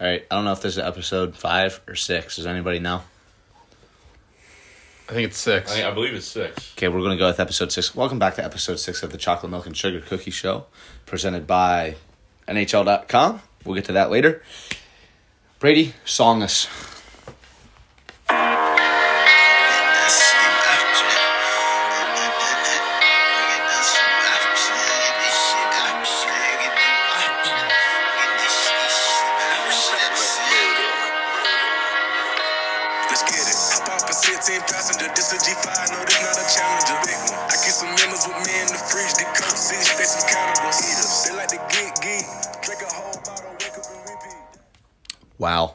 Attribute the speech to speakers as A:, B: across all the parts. A: All right, I don't know if this is episode five or six. Does anybody know?
B: I think it's six.
C: I, I believe it's six.
A: Okay, we're going to go with episode six. Welcome back to episode six of the Chocolate Milk and Sugar Cookie Show, presented by NHL.com. We'll get to that later. Brady, song us.
D: Let's get it. Hop off a 16 passenger. This a G5. No, this not a challenger. Big one. I get some members with me in the fridge. The coat seats, they some cannibals. They like to get geek. Drink a whole bottle, wake up and repeat.
A: Wow.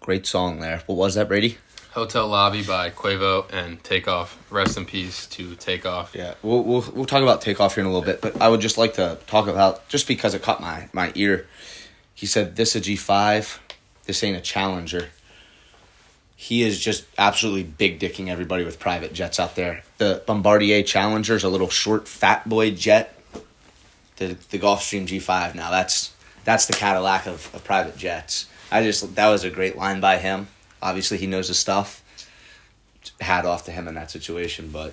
A: Great song there. What was that, Brady?
B: Hotel Lobby by Quavo and Takeoff. Rest in peace to Takeoff.
A: Yeah, we'll, we'll we'll talk about takeoff here in a little bit, but I would just like to talk about just because it caught my my ear. He said, "This a G five, this ain't a Challenger." He is just absolutely big dicking everybody with private jets out there. The Bombardier Challenger is a little short fat boy jet. The the Gulfstream G five now that's that's the Cadillac of, of private jets. I just that was a great line by him. Obviously, he knows his stuff. Hat off to him in that situation, but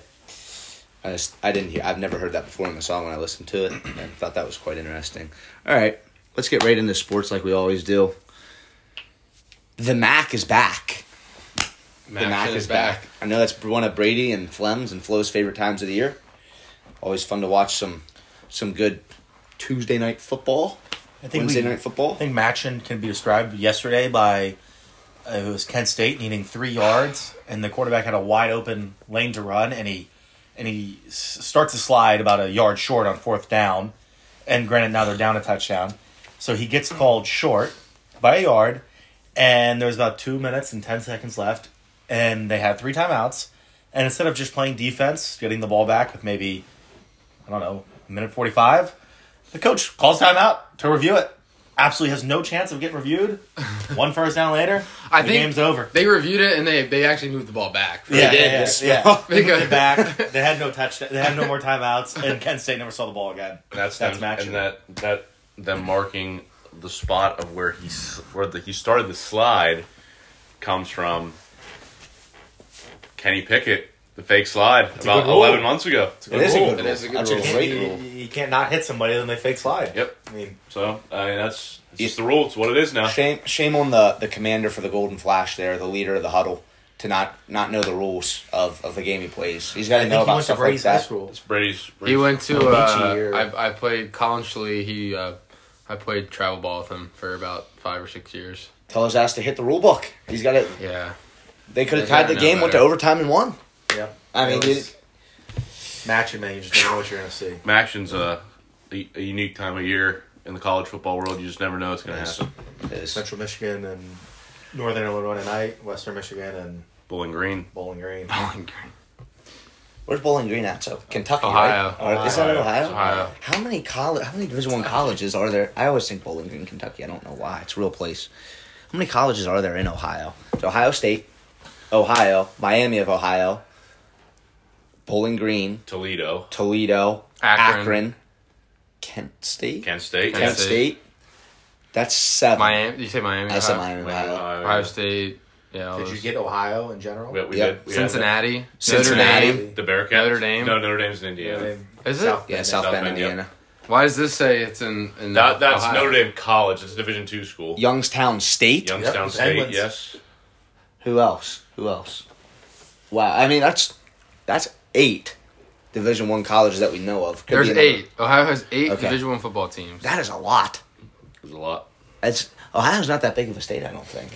A: I just I didn't hear I've never heard that before in the song when I listened to it and thought that was quite interesting. All right, let's get right into sports like we always do. The Mac is back. The Mac is back. I know that's one of Brady and Flem's and Flo's favorite times of the year. Always fun to watch some some good Tuesday night football.
E: I think
A: Wednesday
E: we,
A: night football.
E: I think Matchin can be described yesterday by uh, it was Kent State needing three yards, and the quarterback had a wide open lane to run, and he and he s- starts the slide about a yard short on fourth down, and granted now they're down a touchdown, so he gets called short by a yard, and there was about two minutes and ten seconds left, and they had three timeouts, and instead of just playing defense, getting the ball back with maybe I don't know a minute forty five. The coach calls timeout to review it. Absolutely has no chance of getting reviewed. One first down later,
B: I
E: the
B: think
E: game's over.
B: They reviewed it and they, they actually moved the ball back.
E: yeah,
A: did.
E: yeah,
A: They
E: yeah.
A: smelled.
E: They
B: They
E: moved
B: got-
E: it back. They had no touchdown. They had no more timeouts, and Kent State never saw the ball again.
C: And that's
E: that's
C: them,
E: matching.
C: And that that them marking the spot of where he s- where the, he started the slide comes from Kenny Pickett, the fake slide about
B: good rule.
C: eleven months ago.
A: It is a good
B: It
A: rule.
B: is a good
A: That's
B: rule.
A: a
E: you,
A: great rule.
E: you- you can't not hit somebody, then they fake slide.
C: Yep.
E: I mean,
C: So I mean that's it's
A: You-
C: just the rule. It's what it is now.
A: Shame, shame on the, the commander for the Golden Flash there, the leader of the huddle, to not, not know the rules of, of the game he plays. He's got to
E: I
A: know
E: think he
A: about
E: wants to
A: stuff like
E: raise
A: that.
E: this rule.
C: It's Brady's.
B: He
C: Brady's
B: went to.
A: Beachy
B: Uh,
A: or-
B: I I played Colin Schley. He uh, I played travel ball with him for about five or six years.
A: Tell his ass to hit the rule book. He's got to.
B: Yeah,
A: They could have
B: Yeah,
A: tied the
B: no
A: game, went to
B: matter.
A: overtime and won.
E: Yeah.
A: I mean,
E: It was
A: it-
E: matching man, you just don't know what you're gonna see.
C: Maction's a, a a unique time of year in the college football world. You just never know what's going to happen.
A: It's-
E: Central Michigan and Northern Illinois tonight. Western Michigan and
C: Bowling Green.
E: Bowling Green.
A: Where's Bowling Green at? So Kentucky,
B: Ohio.
A: right? Or- Is that in Ohio?
C: Ohio. Ohio.
A: How many college? How many Division One colleges are there? I always think Bowling Green, Kentucky. I don't know why. It's a real place. How many colleges are there in Ohio? It's Ohio State, Ohio, Miami of Ohio, Bowling Green,
C: Toledo,
A: Toledo, Akron,
B: Akron.
A: Kent State, Kent,
C: Kent State,
B: Kent
A: State.
B: State.
A: That's seven.
B: Miami. You say Miami?
A: I said
B: Ohio-
A: Miami.
C: Wait, uh,
A: Ohio.
C: Ohio.
B: Ohio State. Yeah. all
E: Did you
B: those-
E: get Ohio in general?
C: We, we
A: Yep.
C: did. We had
B: Cincinnati?
A: Cincinnati.
B: Notre Dame.
C: that. The Bearcats.
B: Notre Dame.
C: No, Notre Dame's in Indiana.
B: Is it?
E: South
A: Yeah,
E: Bend.
A: South,
C: South
A: Bend,
C: Bend, yep.
A: Indiana.
B: Why does this say it's in? in
C: That, that's
B: Ohio?
C: Notre Dame College. It's a Division two school.
A: Youngstown State.
C: Youngstown
E: Yep,
C: State.
E: Penguins.
C: Yes.
A: Who else? Who else? Wow, I mean that's that's eight Division One colleges that we know of. Could
B: There's
A: be another-
B: eight. Ohio has eight
A: Okay.
B: Division One football teams.
A: That is a lot.
C: There's a lot.
A: It's Ohio's not that big of a state, I don't think.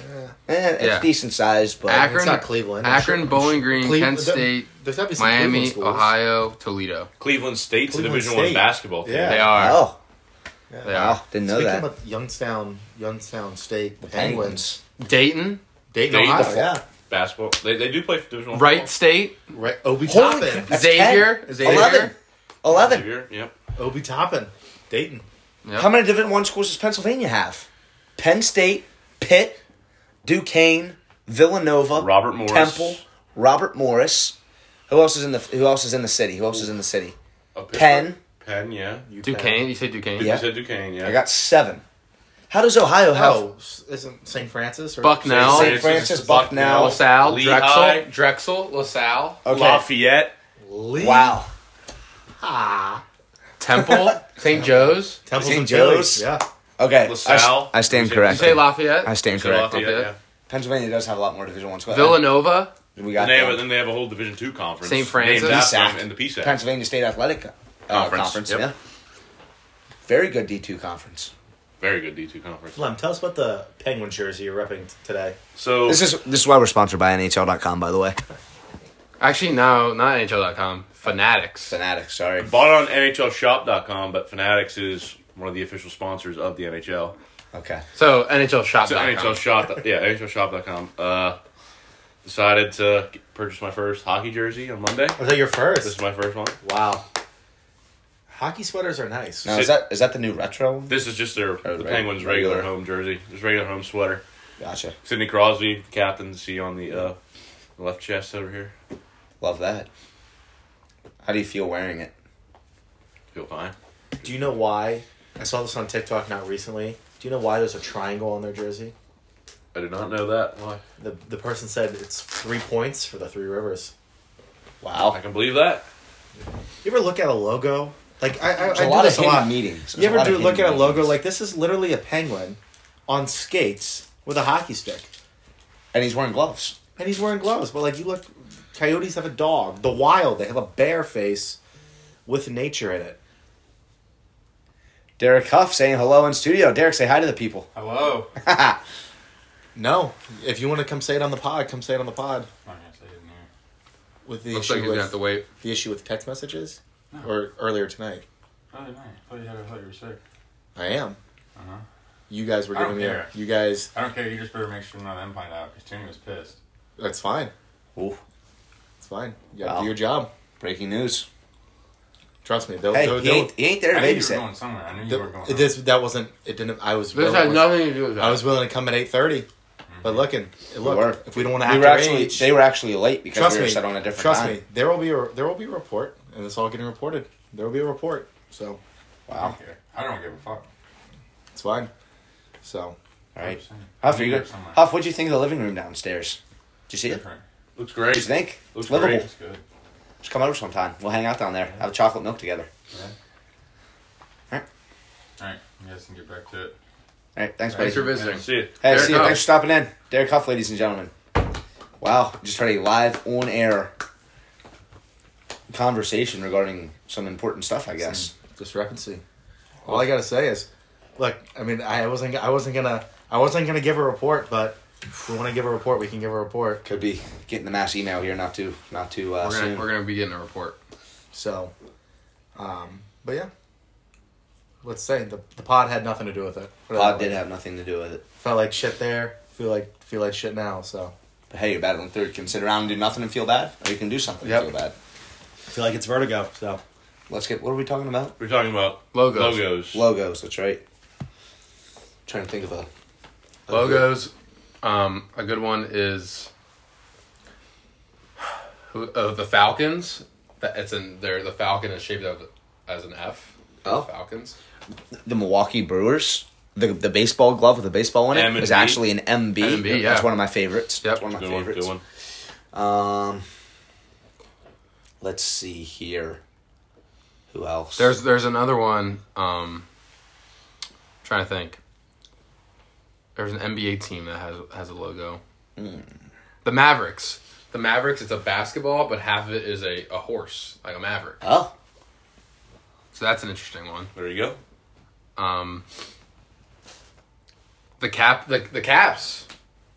A: Eh, it's
B: Yeah.
A: decent sized, but
B: Akron,
E: not Cleveland.
B: Akron, Bowling Green,
E: Cleve-
B: Kent
E: there-
B: State,
E: there's gotta be some Cleveland
B: Miami,
E: schools.
B: Ohio, Toledo.
C: Cleveland State's
E: Cleveland
C: a Division
E: State.
C: one basketball team.
E: Yeah.
B: They are.
A: oh,
B: They
A: wow,
B: are.
A: didn't know
E: Speaking
A: that.
E: about Youngstown, Youngstown State the
A: Penguins.
E: Penguins.
B: Dayton,
E: Dayton,
C: Dayton,
E: Ohio,
C: the-
E: yeah,
C: Basketball. They, they do play for Division one.
B: Wright State,
E: right. Obi
A: Holy
E: Toppin,
A: crap. That's
B: Xavier,
A: 10.
B: Xavier.
A: 11. Eleven.
C: Xavier, Yep.
E: Obi Toppin, Dayton.
B: Yep.
A: How many Division One schools does Pennsylvania have? Penn State, Pitt, Duquesne, Villanova,
C: Robert Morris.
A: Temple, Robert Morris. Who else is in the Who else is in the city? Who else is in the city?
C: Uh, Pittsburgh.
A: Penn.
C: Penn. Yeah. You
B: Duquesne. You say Duquesne.
A: Yeah.
C: said Duquesne. Yeah.
A: I got seven. How does Ohio have?
E: Oh, s- isn't St. Francis or
B: Bucknell.
A: St. Francis, Bucknell.
B: LaSalle,
C: Lehigh.
B: Drexel, Drexel, LaSalle,
A: Okay.
C: Lafayette.
A: Wow.
B: Temple, St. Joe's.
E: Temple's
A: St.
E: and Philly.
A: Joe's?
E: Yeah.
A: Okay.
C: LaSalle.
A: I, s- I stand
C: You
B: You
A: corrected.
B: say Lafayette?
A: I stand
C: So
A: corrected.
C: Lafayette, yeah.
A: Pennsylvania does have a lot more Division One squads.
B: Villanova.
A: We
C: And
A: got
C: they have, a-
A: them.
C: then they have a whole Division Two conference.
B: St. Francis.
C: named after
A: PSAC.
C: them in the PSAC.
A: Pennsylvania State Athletic uh,
C: Conference,
A: Conference.
C: yep.
A: Yeah. Very good D two conference.
C: Very good D two conference.
E: Lem, tell us about the Penguin jersey you're repping t- today.
C: So
A: This is this is why we're sponsored by NHL.com, by the way.
B: Actually, no, not NHL.com. Fanatics.
A: Fanatics, sorry.
C: bought on NHLShop.com, but Fanatics is one of the official sponsors of the NHL.
A: Okay.
B: So NHL Shop.
C: So NHL Shop, yeah, NHLShop.com. Uh, decided to get- purchase my first hockey jersey on Monday.
E: Was that your
C: This is
E: first?
C: my first one.
E: Wow. Hockey sweaters are nice.
A: Now is that is that the new retro? one?
C: This is just their the
A: reg-
C: Penguins regular,
A: regular.
C: home jersey, just regular home sweater.
A: Gotcha.
C: Sidney Crosby, captain, see on the uh, left chest over here.
A: Love that. How do you feel wearing it?
C: Feel fine.
E: Do you know why? I saw this on TikTok not recently. Do you know why there's a triangle on their jersey?
C: I did not know that. Why?
E: The the person said it's three points for the Three Rivers.
C: I
A: Wow.
C: can believe that.
E: You ever look at a logo? Like I, I, I
A: There's a
E: do
A: lot of
E: this a
A: hidden
E: lot.
A: meetings. There's
E: You ever
A: lot of
E: do look
A: hidden
E: at a logo
A: meetings.
E: like this is literally a penguin on skates with a hockey stick,
A: and he's wearing gloves.
E: and he's wearing gloves. But like you look, coyotes have a dog. The wild they have a bear face with nature in it.
A: Derek Huff saying hello in studio. Derek, say hi to the people.
B: Hello.
E: No, if you want to come say it on the pod, come say it on the pod. With the
B: Looks
E: issue
B: like he's Oh.
E: with
B: gonna have to wait.
E: the issue with text messages, or earlier tonight.
F: Oh,
E: I am.
F: Uh-huh.
E: You guys were
F: I don't
E: giving me. A,
F: care.
E: you guys,
F: I don't care. You just better make sure none of them find out because Tony was pissed.
E: that's fine.
A: Ooh.
E: It's fine. You gotta
A: Wow.
E: do your job.
A: Breaking news.
E: Trust me. They'll,
A: Hey,
E: they'll,
A: he ain't, he ain't there to
F: I knew you were
A: babysit.
F: going somewhere. I knew you
E: they'll-
F: were going.
E: it- this that wasn't. It didn't. I was.
B: This
E: willing-
B: has nothing to do with that.
E: I was willing to come at eight
F: Mm-hmm.
E: but looking, look,
A: were.
E: if we don't want to
A: We
E: act
A: were
E: our
A: actually
E: age,
A: they were actually late because
E: trust
A: we were
E: me.
A: set on a different
E: trust
A: time.
E: me. There will be a there will be a report, and it's all getting reported. There will be a report, so
F: I don't care. I don't give a fuck.
E: it's fine. So
A: All right.
F: Just saying.
A: Huff,
F: I
A: are
F: knew
A: you
F: you were
A: good?
F: somewhere.
A: Huff, what'd you think of the living room downstairs? Did you see it? What
F: Different.
C: Looks
A: do you
C: great.
A: think?
C: Looks
A: It's livable.
F: It's good.
A: Just come over sometime. We'll hang out down there. Have a chocolate milk together.
F: All right. You guys can get back to it.
A: All right. Thanks, buddy.
B: Thanks for visiting.
C: See you.
A: Hey,
B: Derek
A: see you.
B: Huff.
A: Thanks for stopping in. Derek Huff, ladies and gentlemen. Wow. Just had a live on air conversation regarding some important stuff, I guess.
E: discrepancy. All I gotta say is, look. I mean, I wasn't. I wasn't gonna. I wasn't gonna give a report, but if we want to give a report, we can give a report.
A: Could be getting the mass email here not too not too uh,
B: We're gonna,
A: soon.
B: we're gonna be getting a report.
E: So, um, but yeah, let's say the the pod had nothing to do with it.
A: Pod did have nothing to do with it.
E: Felt like shit there. Feel like feel like shit now. So
A: But hey, you're bad on third. Can sit around and do nothing and feel bad, or you can do something
E: Yep.
A: and feel bad.
E: I feel like it's vertigo. So
A: Let's get. What are we talking about?
C: We're talking about
B: Logos.
C: Logos.
A: Logos. That's right. trying to think of a a
B: Logos. Um, a good one is who oh, the Falcons. That it's in there. The Falcon is shaped up as an F. for
A: Oh.
B: The Falcons.
A: good- The Milwaukee Brewers. The, the baseball glove with the baseball in it
C: M&B.
A: is actually an MB.
B: M&B,
A: That's
B: yeah.
A: one of my favorites.
B: Yep.
A: That's one of my
C: Good one. Good
A: favorites.
C: one.
A: Um, let's see here. Who else?
B: There's there's another one. Um, trying to think. There's an NBA team that has has a logo. The Mavericks. The Mavericks. It's a basketball, but half of it is a, a horse, like a maverick.
A: oh
B: So that's an interesting one.
C: There you go.
B: Um, the cap, the the caps,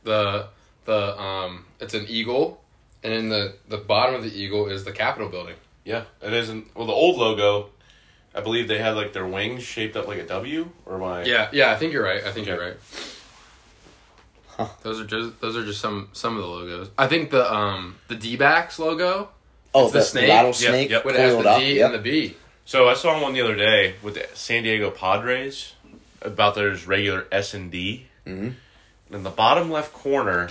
B: the the um, it's an eagle, and in the the bottom of the eagle is the Capitol building.
C: Yeah, it isn't. Well, the old logo, I believe they had like their wings shaped up like a W, or my
B: Yeah, yeah, I think you're right. I think you're
C: Okay.
B: right. Those are just those are just some some of the logos. I think the um the D backs logo
A: oh
B: It's
A: the,
B: the
A: the
B: snake.
A: rattlesnake
C: Yep, yep.
B: when it has
A: coiled
B: the
A: up.
B: D
A: Yep.
B: and the B.
C: So I saw one the other day with the San Diego Padres about their regular S and D.
A: Mm-hmm.
C: And in the bottom left corner,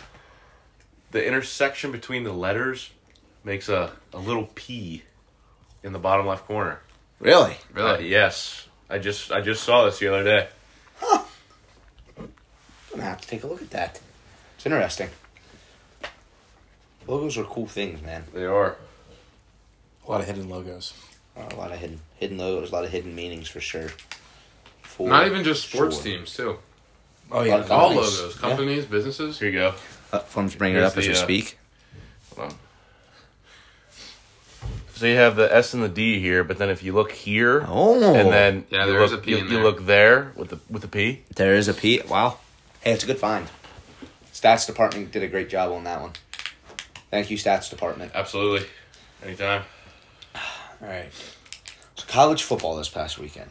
C: the intersection between the letters makes a, a little P in the bottom left corner.
A: Really?
C: Uh,
B: Really?
C: yes, I just I just saw this the other day.
A: gonna have to take a look at that. It's interesting. Logos are cool things, man.
C: They are.
E: A lot of hidden logos.
A: A lot of hidden hidden logos, a lot of hidden meanings for sure. For
B: Not even just sports
A: sure.
B: teams too.
E: Oh
A: yeah.
E: yeah,
B: All
A: Companies.
B: logos,
A: Yeah.
B: companies, businesses.
C: Here you go.
A: Uh, Flem's bringing it up
C: Here's
A: as we
C: the, uh,
A: speak.
C: Hold on. So you have the S and the D here, but then if you look here,
A: Oh.
C: and then
B: Yeah,
C: you
B: there is
C: look,
B: a P
C: you,
B: in
C: you
B: there.
C: look there with the with the P.
A: There is a P. Wow. Hey, it's a good find. Stats department did a great job on that one. Thank you, stats department.
C: Absolutely, anytime.
E: All right.
A: So college football this past weekend.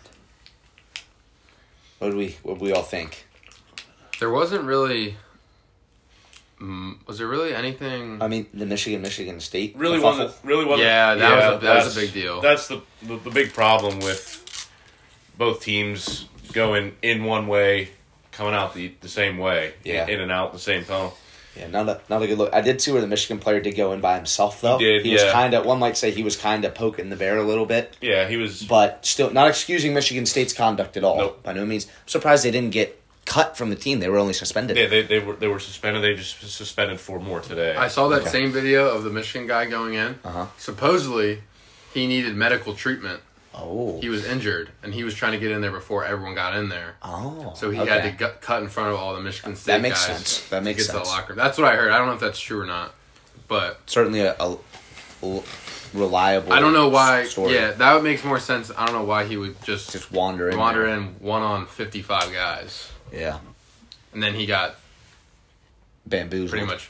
A: What did we what did we all think?
B: There wasn't really. Mm, was there really anything?
A: I mean, the Michigan Michigan State
C: Really
A: kerfuffle.
C: one that really one.
B: Yeah, that was a- that was a
C: that's-
B: big deal.
C: That's the, the the big problem with both teams going in one way, coming out the, the same way,
A: Yeah.
C: in and out the same tunnel.
A: Yeah, not a not a good look. I did see where the Michigan player did go in by himself though.
C: He did,
A: was
C: yeah.
A: kind of one might say he was kind of poking the bear a little bit,
C: Yeah, he was.
A: but still not excusing Michigan State's conduct at all.
C: Nope.
A: By no means. I'm surprised they didn't get cut from the team. They were only suspended.
C: Yeah, they, they were they were suspended. They just suspended four more today.
B: I saw that
A: Okay.
B: same video of the Michigan guy going in.
A: Uh-huh.
B: Supposedly, he needed medical treatment.
A: Oh.
B: He was injured, and he was trying to get in there before everyone got in there.
A: oh.
B: So he
A: okay.
B: had to gut, cut in front of all the Michigan State
A: That makes
B: guys
A: sense. That
B: to
A: makes
B: get to the
A: sense.
B: locker room. That's what I heard. I don't know if that's true or not, but
A: certainly a, a l- reliable.
B: I don't know why.
A: Story.
B: Yeah, that would make more sense. I don't know why he would just,
A: Just wander in.
B: wander
A: there.
B: in one on fifty-five guys,
A: Yeah.
B: and then he got
A: Bamboozled.
B: pretty much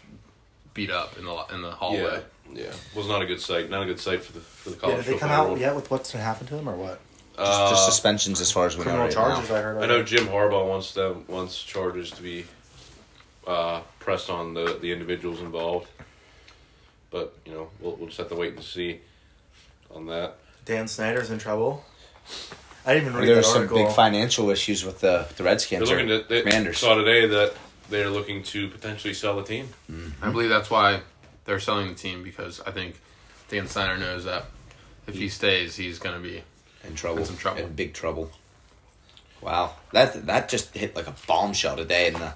B: beat up in the lo- in the hallway.
C: yeah, yeah, was not a good sight. Not a good sight for the for the college
E: did they
C: football
E: come out
C: world.
E: yet with what's happened to him or what?
A: Just,
C: Uh,
A: just suspensions as far as we know.
E: Criminal
A: right
E: charges.
A: now.
E: I heard.
C: I know Jim Harbaugh wants them wants charges to be uh, pressed on the the individuals involved, but you know we'll we'll just have to wait and see on that.
E: Dan Snyder's in trouble. I didn't even read
A: There are
E: that
A: some
E: article.
A: big financial issues with the the
C: They're
A: Redskins. or
C: looking to they
A: Commanders.
C: saw today that they're looking to potentially sell the team.
B: I believe that's why they're selling the team because I think Dan Snyder knows that if he stays, he's going to be.
A: in trouble.
B: In some trouble.
A: In big trouble. Wow. That that just hit like a bombshell today in the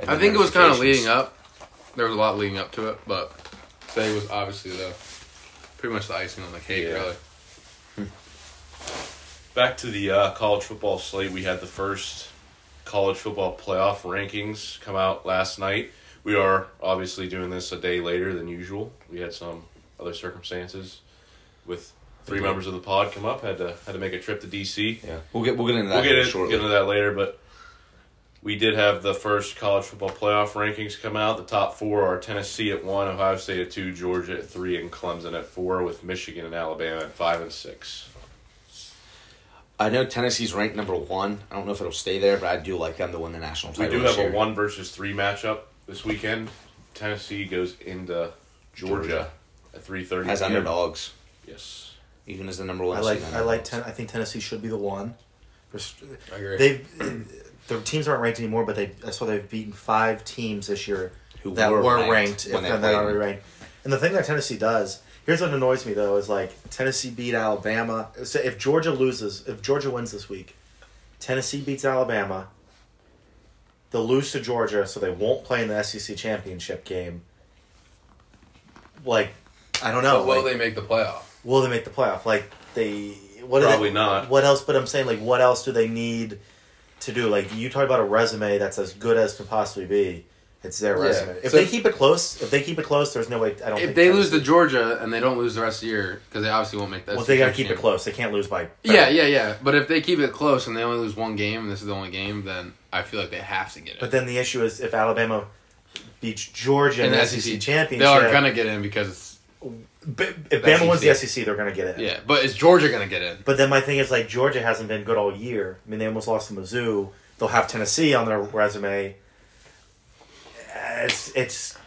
A: in
B: I
A: the
B: think it was kind of
A: notifications.
B: leading up. There was a lot leading up to it, but today was obviously the pretty much the icing on the cake.
C: Yeah.
B: Really,
C: Back to the uh, college football slate, we had the first college football playoff rankings come out last night. We are obviously doing this a day later than usual. We had some other circumstances with three members of the pod come up, had to had to make a trip to DC.
A: Mm-hmm. Yeah. We'll get we'll get into that
C: We'll get,
A: here
C: in,
A: shortly.
C: get into that later, but we did have the first college football playoff rankings come out. The top four are Tennessee at one, Ohio State at two, Georgia at three, and Clemson at four, with Michigan and Alabama at five and six.
A: I know Tennessee's ranked number one. I don't know if it'll stay there, but I do like them to win the national
C: We
A: title.
C: do
A: this
C: have a
A: year.
C: one versus three matchup this weekend. Tennessee goes into Georgia,
A: Georgia.
C: at three thirty.
A: as underdogs,
C: Yes.
A: even as the number one.
E: I like.
A: seed
E: I like.
A: underdogs.
E: Ten, I think Tennessee should be the one.
B: I agree.
E: They, their teams aren't ranked anymore, but they. I saw they've beaten five teams this year
A: Who
E: that
A: were
E: were,
A: ranked
E: ranked,
A: when
E: if
A: they
E: not that
A: played.
E: already ranked. And the thing that Tennessee does here's what annoys me though is like Tennessee beat Alabama. So if Georgia loses, if Georgia wins this week, Tennessee beats Alabama. They'll lose to Georgia, so they won't play in the SEC championship game. Like, I don't know.
B: but will
E: like-
B: they make the playoff?
E: will they make the playoff? Like they what do
C: Probably
E: they,
C: not.
E: What else? But I'm saying like what else do they need to do? Like you talk about a resume that's as good as can possibly be. It's their
B: Yeah.
E: resume. If
B: So-
E: they keep it close, if they keep it close, there's no way. I don't.
B: If
E: think
B: they
E: Tennessee-
B: lose to Georgia and they don't lose the rest of the year, because they obviously won't make that.
E: well, they got to
B: SEC
E: keep it
B: game.
E: close. They can't lose by.
B: Yeah, yeah, yeah. But if they keep it close and they only lose one game, and this is the only game, then I feel like they have to get it.
E: But then the issue is if Alabama beats Georgia in
B: in E
E: the SEC, championship,
B: they are gonna get in because it's
E: b- if Bama wins the
B: SEC.
E: SEC, they're going to get it.
B: yeah. But is Georgia gonna get in?
E: But then my thing is like Georgia hasn't been good all year. I mean, they almost lost to Mizzou. They'll have Tennessee on their resume. Uh, It's it's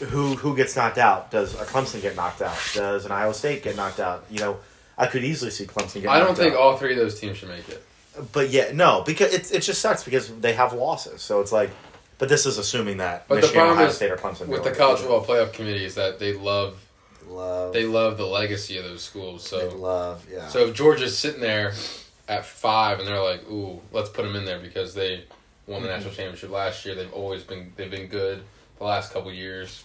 E: who who gets knocked out? Does a Clemson get knocked out? Does an Iowa State get knocked out? You know, I could easily see Clemson get.
B: I don't
E: knocked
B: think
E: out.
B: all three of those teams should make it.
E: But yeah, no, because it it just sucks because they have losses. So it's like, but this is assuming that
B: But the
E: Michigan,
B: problem
E: Ohio
B: is
E: State, or Clemson
B: With
E: do
B: the
E: it.
B: college football playoff committee, is that they love
E: love,
B: they love the legacy of those schools.
E: they
B: So
E: love, yeah.
B: so if Georgia's sitting there at five and they're like, "Ooh, let's put them in there because they won the national championship last year. They've always been they've been good the last couple years,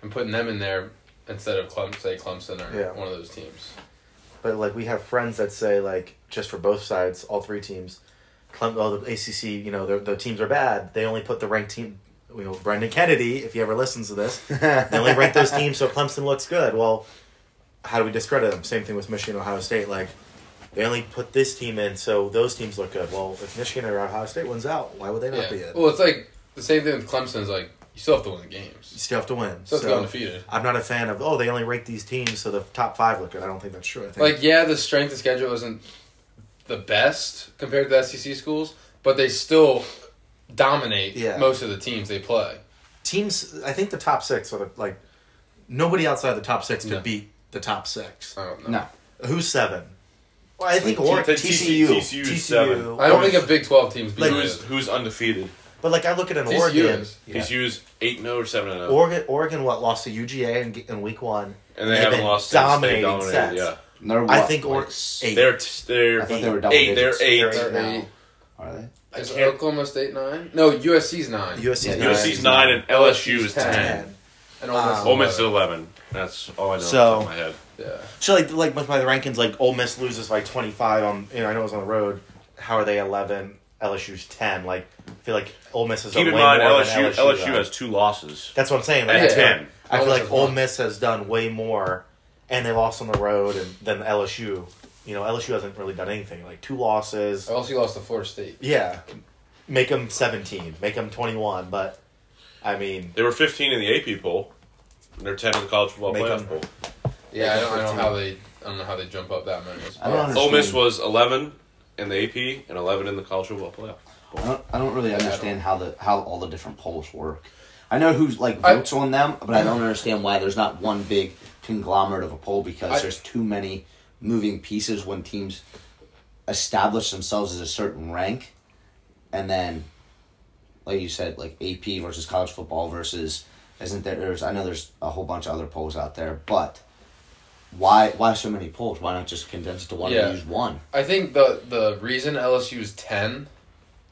B: and putting them in there instead of Clem, say Clemson or
E: Yeah.
B: one of those teams.
E: But like we have friends that say like just for both sides, all three teams, Clem, oh the ACC, you know the the teams are bad. They only put the ranked team. You know Brendan Kennedy, if he ever listens to this, they only rank those teams so Clemson looks good. Well, how do we discredit them? Same thing with Michigan, Ohio State. Like they only put this team in so those teams look good. Well, if Michigan or Ohio State wins out, why would they not
B: Yeah.
E: be in?
B: Well, it's like the same thing with Clemson is like you still have to win the
E: you
B: games.
E: still have to win.
B: Still have to go
E: So
B: undefeated.
E: I'm not a fan of oh they only rank these teams so the top five look good. I don't think that's true. I think
B: Like yeah, the strength of schedule isn't the best compared to the SEC schools, but they still dominate
E: Yeah.
B: most of the teams they play.
E: teams i think the top six are the, like nobody outside the top six could
B: No.
E: beat the top six
B: I don't know.
A: No.
E: who's seven well, i think
C: T-
E: or
C: T-
E: tcu
C: TCU is seven.
B: I don't think a Big Twelve team's beat.
E: Like-
C: Who's who's undefeated?
E: but like i look at an
B: TCU
E: oregon
B: is.
E: Yeah.
C: TCU's eight and zero or seven and zero,
E: oregon oregon what lost to uga in, in week one
C: and they
E: They've
C: haven't
E: been
C: lost since. They
E: dominating
C: dominated.
E: sets.
C: Yeah,
A: They're
E: i
A: what,
E: think or
A: like,
E: eight
C: they're t- they're
A: I thought they were double
C: eight. They're
A: digits.
C: eight.
E: They're eight.
B: They-
A: Are they?
B: Is
C: I can't-
B: Oklahoma State nine? No, USC's nine.
E: usc
A: Yeah,
C: USC's nine and LSU is ten.
B: and Ole Miss is
C: Ole Miss is
B: eleven.
C: eleven. That's all I know.
E: So-
C: off the top of my head.
B: Yeah.
E: So like like with my rankings, like Ole Miss loses by twenty five on you know I know it was on the road. How are they eleven? LSU's ten. Like I feel like Ole Miss is
C: Keep
E: a
C: in
E: way
C: mind,
E: more
C: LSU
E: than
C: LSU,
E: LSU though.
C: has two losses.
E: That's what I'm saying. Like,
C: And
E: I feel-
C: ten.
E: I feel
B: Ole Miss
E: like
B: has
E: Ole
B: won.
E: Miss has done way more, and they lost on the road, and than LSU. You know, LSU hasn't really done anything. Like two losses.
B: LSU lost to Florida State.
E: Yeah, make them seventeen, make them twenty one. But I mean,
C: They were fifteen in the AP poll. And they're ten in the college football
E: Make
C: playoff
E: them-
C: poll.
B: Yeah, I don't, I don't know
E: 15.
B: how they. I don't know how they jump up that many.
A: I don't
C: Ole Miss
A: understand.
C: was eleven in the AP and eleven in the college football playoff.
A: I don't, I don't really understand how the how all the different polls work. I know who's like votes on them, but I don't understand why there's not one big conglomerate of a poll because
B: I-
A: there's too many moving pieces when teams establish themselves as a certain rank, and then, like you said, like AP versus college football versus isn't there? There's I know there's a whole bunch of other polls out there, but why why so many polls? Why not just condense it to one
B: Yeah.
A: and use one?
B: I think the the reason LSU is ten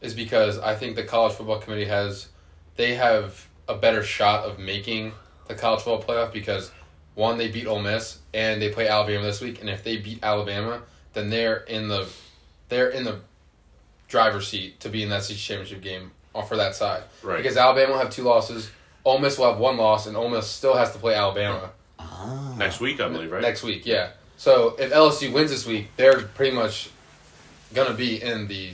B: is because I think the college football committee has they have a better shot of making the college football playoff because one they beat Ole Miss and they play Alabama this week and if they beat Alabama then they're in the they're in the driver's seat to be in that SEC championship game off for that side
C: Right.
B: because Alabama will have two losses Ole Miss will have one loss and Ole Miss still has to play Alabama
A: Ah,
C: Next week, I believe, right?
B: next week. Yeah. So if LSU wins this week, they're pretty much gonna be in the.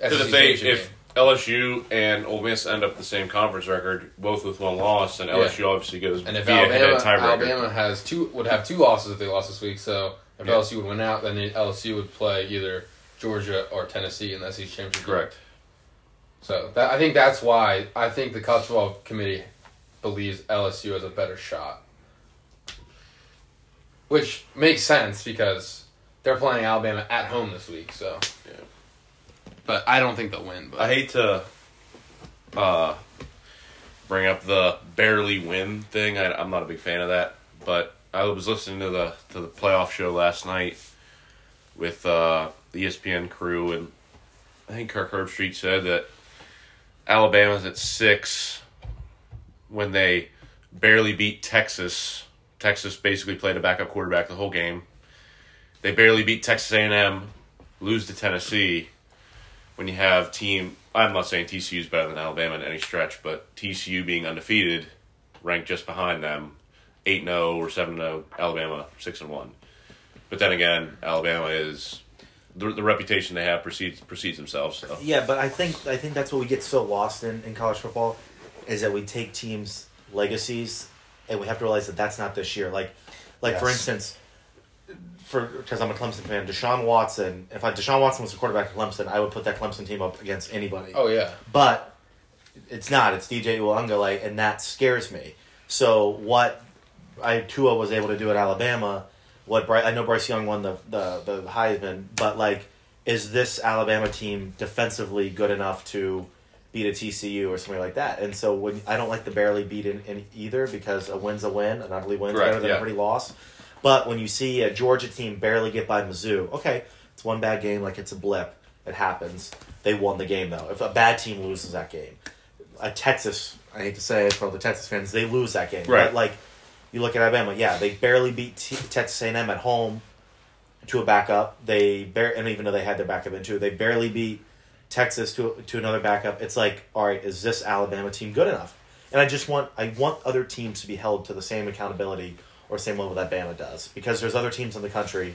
C: Because
B: SEC
C: if they
B: championship
C: if LSU and Ole Miss end up the same conference record, both with one loss, then LSU obviously goes
B: game. and if
C: via head-to-head
B: Alabama,
C: tiebreaker.
B: Alabama has two would have two losses if they lost this week. So if
C: Yeah.
B: LSU would win out, then the LSU would play either Georgia or Tennessee in the SEC championship. game.
C: Correct.
B: So that, I think that's why I think the college football committee believes LSU has a better shot, which makes sense because they're playing Alabama at home this week. So,
C: Yeah.
B: but I don't think they'll win. But
C: I hate to uh, bring up the barely win thing. I, I'm not a big fan of that, but I was listening to the to the playoff show last night with uh, the ESPN crew, and I think Kirk Herbstreit said that Alabama's at six when they barely beat Texas. Texas basically played a backup quarterback the whole game. They barely beat Texas A&M, lose to Tennessee when you have team I'm not saying TCU is better than Alabama in any stretch, but TCU being undefeated, ranked just behind them, 8 0 or 7 0, Alabama 6 and 1. But then again, Alabama is the, the reputation they have precedes precedes themselves. So.
E: yeah, but I think I think that's what we get so lost in in college football, is that we take teams' legacies, and we have to realize that that's not this year. Like, like for
A: Yes.
E: instance, for because I'm a Clemson fan, Deshaun Watson. If I Deshaun Watson was the quarterback of Clemson, I would put that Clemson team up against anybody.
B: oh yeah,
E: But it's not. It's DJ Uangale, and that scares me. So what I Tua was able to do at Alabama, what Bry, I know Bryce Young won the, the the Heisman, but like, is this Alabama team defensively good enough to beat a TCU or something like that? And so when I don't like the barely beat in, in either because a win's a win, an ugly win's
C: Correct,
E: better than
C: yeah.
E: a pretty loss. But when you see a Georgia team barely get by Mizzou, okay, it's one bad game, like it's a blip, it happens. They won the game though. If a bad team loses that game, a Texas, I hate to say it for the Texas fans, they lose that game.
C: Right.
E: But like, you look at Alabama, yeah, they barely beat T- Texas A&M at home to a backup. They bar- and even though they had their backup in two, they barely beat Texas to to another backup. It's like, all right, is this Alabama team good enough? And I just want I want other teams to be held to the same accountability or same level that Bama does because there's other teams in the country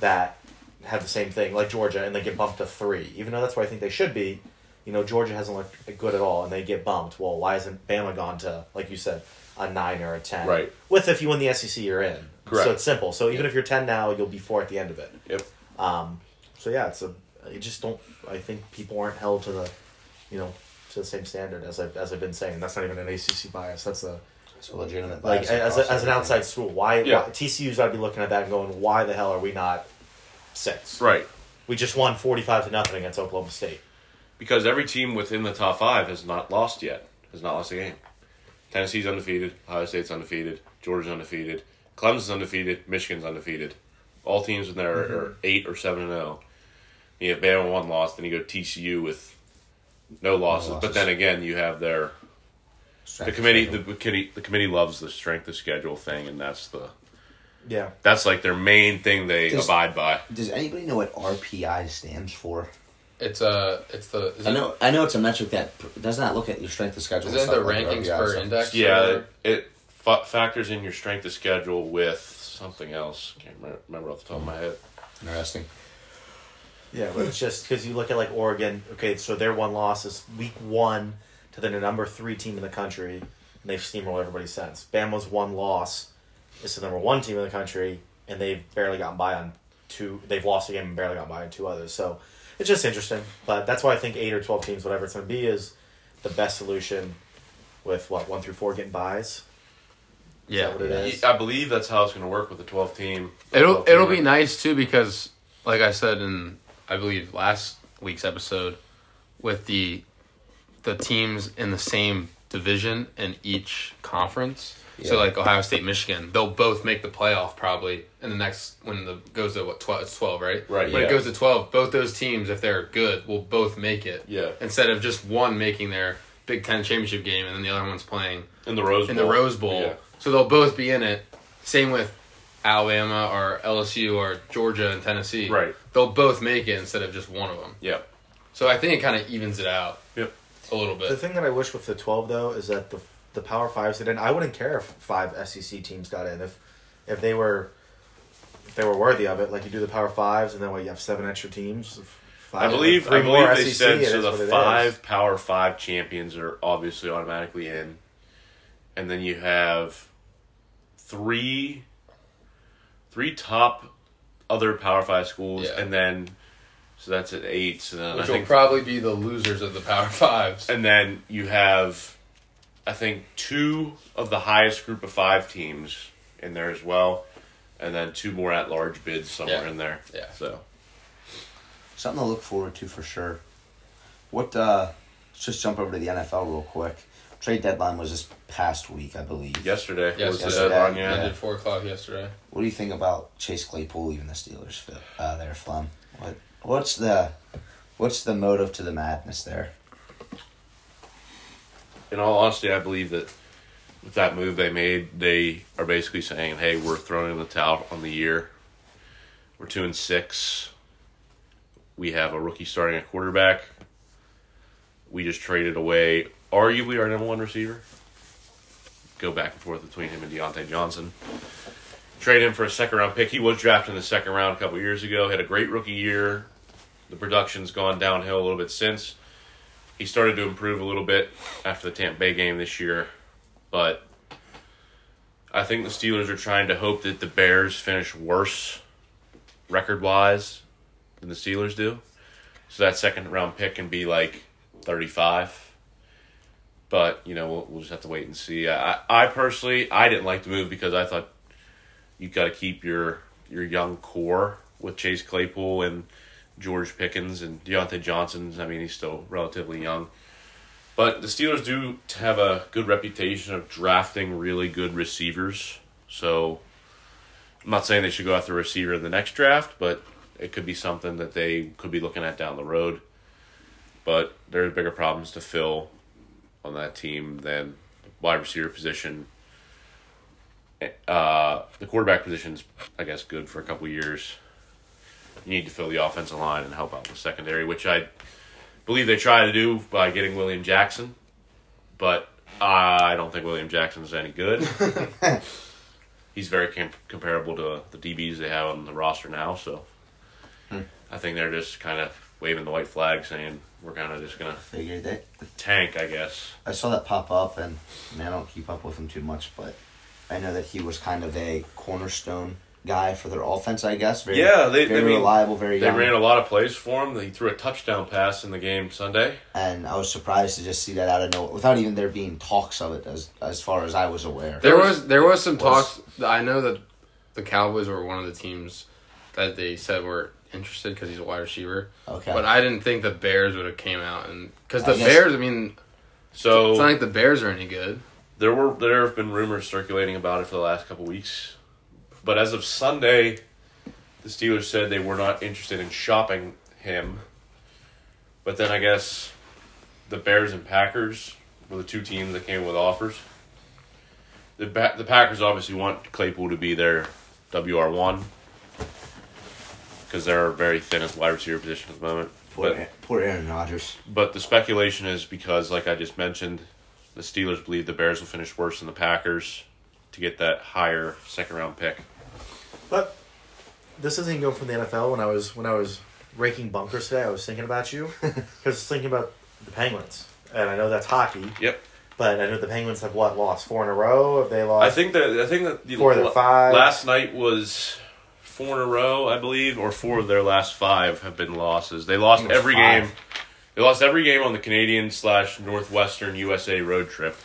E: that have the same thing like Georgia and they get bumped to three, even though that's where I think they should be. You know, Georgia hasn't looked good at all and they get bumped. Well, why isn't Bama gone to like you said a nine or a ten?
C: Right.
E: With if you win the SEC, you're in.
C: Correct.
E: So it's simple. So even if you're ten now, you'll be four at the end of it.
C: Yep.
E: Um, so yeah, it's a. I just don't. I think people aren't held to the, you know, to the same standard as I've as I've been saying. That's not even an ACC bias. That's a
A: It's a legitimate.
E: like
A: bias
E: as,
A: across
E: a, as an
A: everything.
E: outside school. Why,
C: Yeah.
E: why TCU's got to be looking at that and going, why the hell are we not six?
C: Right.
E: We just won forty five to nothing against Oklahoma State.
C: Because every team within the top five has not lost yet, has not lost a game. Tennessee's undefeated, Ohio State's undefeated, Georgia's undefeated, Clemson's undefeated, Michigan's undefeated. All teams in there are eight or seven and zero. You have Bama one loss, then you go TCU with no losses. But
A: losses.
C: then again, you have their the
A: Strength
C: committee.
A: schedule.
C: The committee. The committee loves the strength of schedule thing, and that's the
E: Yeah.
C: that's like their main thing they
A: Does-
C: abide by.
A: Does anybody know what RPI stands for?
B: It's uh, it's the is
A: I
B: it,
A: know. I know it's a metric that p- does not look at your strength of schedule.
B: is
A: and
B: it the
A: stuff like
B: rankings
A: RPI
B: per
A: stuff.
B: index?
C: Yeah,
B: or-
C: it fa- factors in your strength of schedule with something else. Can't remember- remember off the top of my head.
A: Interesting.
E: Yeah, but it's just because you look at like Oregon. Okay, so their one loss is week one to the number three team in the country, and they've steamrolled everybody since. Bama's one loss is to the number one team in the country, and they've barely gotten by on two. They've lost a game and barely gotten by on two others. So it's just interesting. But that's why I think eight or twelve teams, whatever it's going to be, is the best solution. With what one through four getting buys,
B: yeah.
E: what it is?
C: I believe that's how it's going to work with the 12 team.
B: It'll
C: 12
B: it'll
C: teamer.
B: be nice too because, like I said in I believe last week's episode, with the the teams in the same division in each conference. So
A: Yeah.
B: like Ohio State, Michigan, they'll both make the playoff probably in the next when the goes to what twelve? It's twelve, right?
C: Right,
B: When
C: yeah.
B: it goes to twelve, both those teams, if they're good, will both make it.
C: Yeah.
B: Instead of just one making their Big Ten championship game and then the other one's playing
C: in the Rose Bowl.
B: in the Rose Bowl.
C: Yeah.
B: So they'll both be in it. Same with Alabama or LSU or Georgia and Tennessee.
C: Right.
B: They'll both make it instead of just one of them.
C: Yeah.
B: So I think it kind of evens it out
C: Yep.
B: a little
E: The
B: bit.
E: thing that I wish with the twelve though is that the the Power Fives get in. I wouldn't care if five SEC teams got in if if they were if they were worthy of it. Like you do the Power Fives, and then what you have seven extra teams.
C: I
E: Five,
C: believe,
E: three
C: I believe
E: more
C: they
E: SEC,
C: said
E: it
C: so
E: is
C: the
E: what it is.
C: five Power Five champions are obviously automatically in. And then you have three three top other Power Five schools.
B: Yeah.
C: And then, so that's at eight. So then I
B: Which will
C: think
B: probably be the losers of the Power Fives.
C: And then you have, I think, two of the highest group of five teams in there as well, and then two more at large bids somewhere
B: Yeah.
C: in there.
B: Yeah.
C: So
A: Something to look forward to for sure. What? uh Let's just jump over to the NFL real quick. Trade deadline was this past week, I believe.
C: yesterday
B: Yes,
C: was the
B: yesterday.
C: deadline.
A: Yeah.
C: Yeah.
B: Ended four o'clock yesterday.
A: What do you think about Chase Claypool leaving the Steelers? Phil- Uh, there, Flum. What? What's the? What's the motive to the madness there?
C: In all honesty, I believe that with that move they made, they are basically saying, "Hey, we're throwing in the towel on the year. We're two and six. We have a rookie starting at quarterback. We just traded away arguably our number one receiver. Go back and forth between him and Deontay Johnson. Trade him for a second round pick. He was drafted in the second round a couple years ago. Had a great rookie year. The production's gone downhill a little bit since. He started to improve a little bit after the Tampa Bay game this year, but I think the Steelers are trying to hope that the Bears finish worse record wise than the Steelers do. So that second round pick can be like 35. But, you know, we'll, we'll just have to wait and see. I, I personally, I didn't like the move because I thought you got to keep your, your young core with Chase Claypool and George Pickens and Deontay Johnson's. I mean, he's still relatively young. But the Steelers do have a good reputation of drafting really good receivers. So I'm not saying they should go after a receiver in the next draft, but it could be something that they could be looking at down the road. but there are bigger problems to fill on that team than the wide receiver position. Uh, the quarterback position's, I guess, good for a couple years. You need to fill the offensive line and help out with secondary, which I believe they try to do by getting William Jackson, but I don't think William Jackson's any good. He's very com- comparable to the DBs they have on the roster now, so
B: Hmm.
C: I think they're just kind of waving the white flag, saying we're kind of just gonna
A: Figured that.
C: tank, I guess.
A: I saw that pop up, and I, mean, I don't keep up with him too much, but I know that he was kind of a cornerstone guy for their offense. I guess. Very,
C: Yeah, they-
A: very
C: I mean,
A: reliable, very.
C: They
A: young.
C: ran a lot of plays for him. He threw a touchdown pass in the game Sunday.
A: and I was surprised to just see that out of nowhere, without even there being talks of it, as as far as I was aware.
B: There was there was some talks. I know that the Cowboys were one of the teams that they said were interested because he's a wide receiver.
A: Okay.
B: But I didn't think the Bears would have came out and because
A: I
B: the
A: guess-
B: Bears, I mean, it's not
C: So
B: like the Bears are any good.
C: there were there have been rumors circulating about it for the last couple weeks, but as of Sunday, the Steelers said they were not interested in shopping him. But then I guess the Bears and Packers were the two teams that came with offers. The ba- the Packers obviously want Claypool to be their WR one because they're very thin at the wide receiver position at the moment.
A: poor,
C: But-
A: Aaron- poor Aaron Rodgers.
C: but the speculation is because, like I just mentioned, the Steelers believe the Bears will finish worse than the Packers to get that higher second round pick.
E: But this isn't even going from the NFL. When I was when I was raking bunkers today, I was thinking about you because I was thinking about the Penguins, and I know that's hockey,
C: Yep.
E: but I know the Penguins have what lost four in a row. Have they lost?
C: I think that I think that the
E: Four of their five.
C: last night was four in a row, I believe, or four of their last five have been losses. They lost
A: it was
C: every
A: five.
C: game. They lost every game on the Canadian slash Northwestern USA road trip.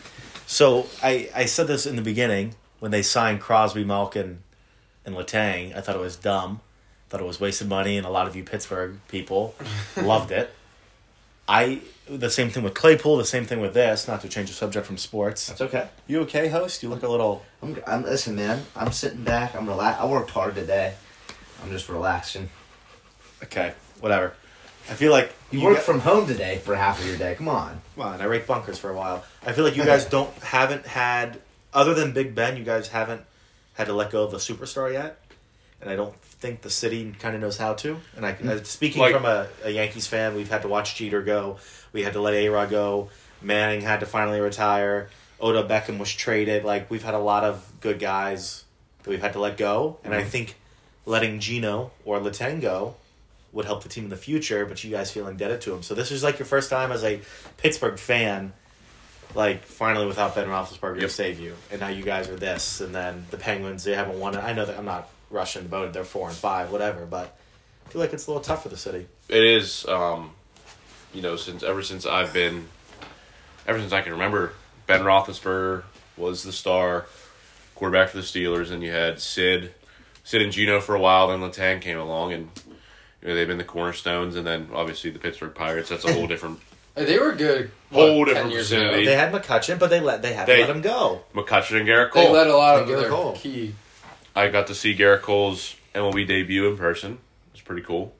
E: so. I I said this in the beginning when they signed Crosby, Malkin, and Latang. I thought it was dumb. Thought it was wasted money, and a lot of you Pittsburgh people loved it. I the same thing with Claypool. The same thing with this. Not to change the subject from sports.
A: It's okay.
E: You okay, host? You look a little.
A: I'm, I'm listen, man. I'm sitting back. I'm relax. I worked hard today. I'm just relaxing.
E: Okay, whatever. I feel like
A: You,
E: you
A: work
E: got-
A: from home today for half of your day. Come on.
E: come on. I rate bunkers for a while. I feel like you guys don't haven't had other than Big Ben. You guys haven't had to let go of a superstar yet, and I don't think the city kind of knows how to. And I uh, speaking
C: Like-
E: from a, a Yankees fan, we've had to watch Jeter go. We had to let A Rod go. Manning had to finally retire. Oda Beckham was traded. Like we've had a lot of good guys that we've had to let go, and I think letting Gino or Letang go would help the team in the future, but you guys feel indebted to him. So this is like your first time as a Pittsburgh fan, like finally without Ben Roethlisberger to
C: Yep.
E: save you, and now you guys are this, and then the Penguins they haven't won. it. I know that I'm not rushing the boat; they're four and five, whatever. But I feel like it's a little tough for the city.
C: It is, um, you know, since ever since I've been, ever since I can remember, Ben Roethlisberger was the star quarterback for the Steelers, and you had Sid, Sid and Gino for a while. Then Letang came along, and you know they've been the cornerstones, and then obviously the Pittsburgh Pirates. That's a whole different
B: They were good.
C: Whole different vicinity.
E: They had McCutcheon, but they let they had
C: They-
E: to let him go.
C: McCutcheon and Garrett
B: They
C: Cole.
B: let a lot of
E: They let
B: their
E: Cole.
B: key.
C: I got to see Garrett Cole's MLB debut in person. It's pretty cool.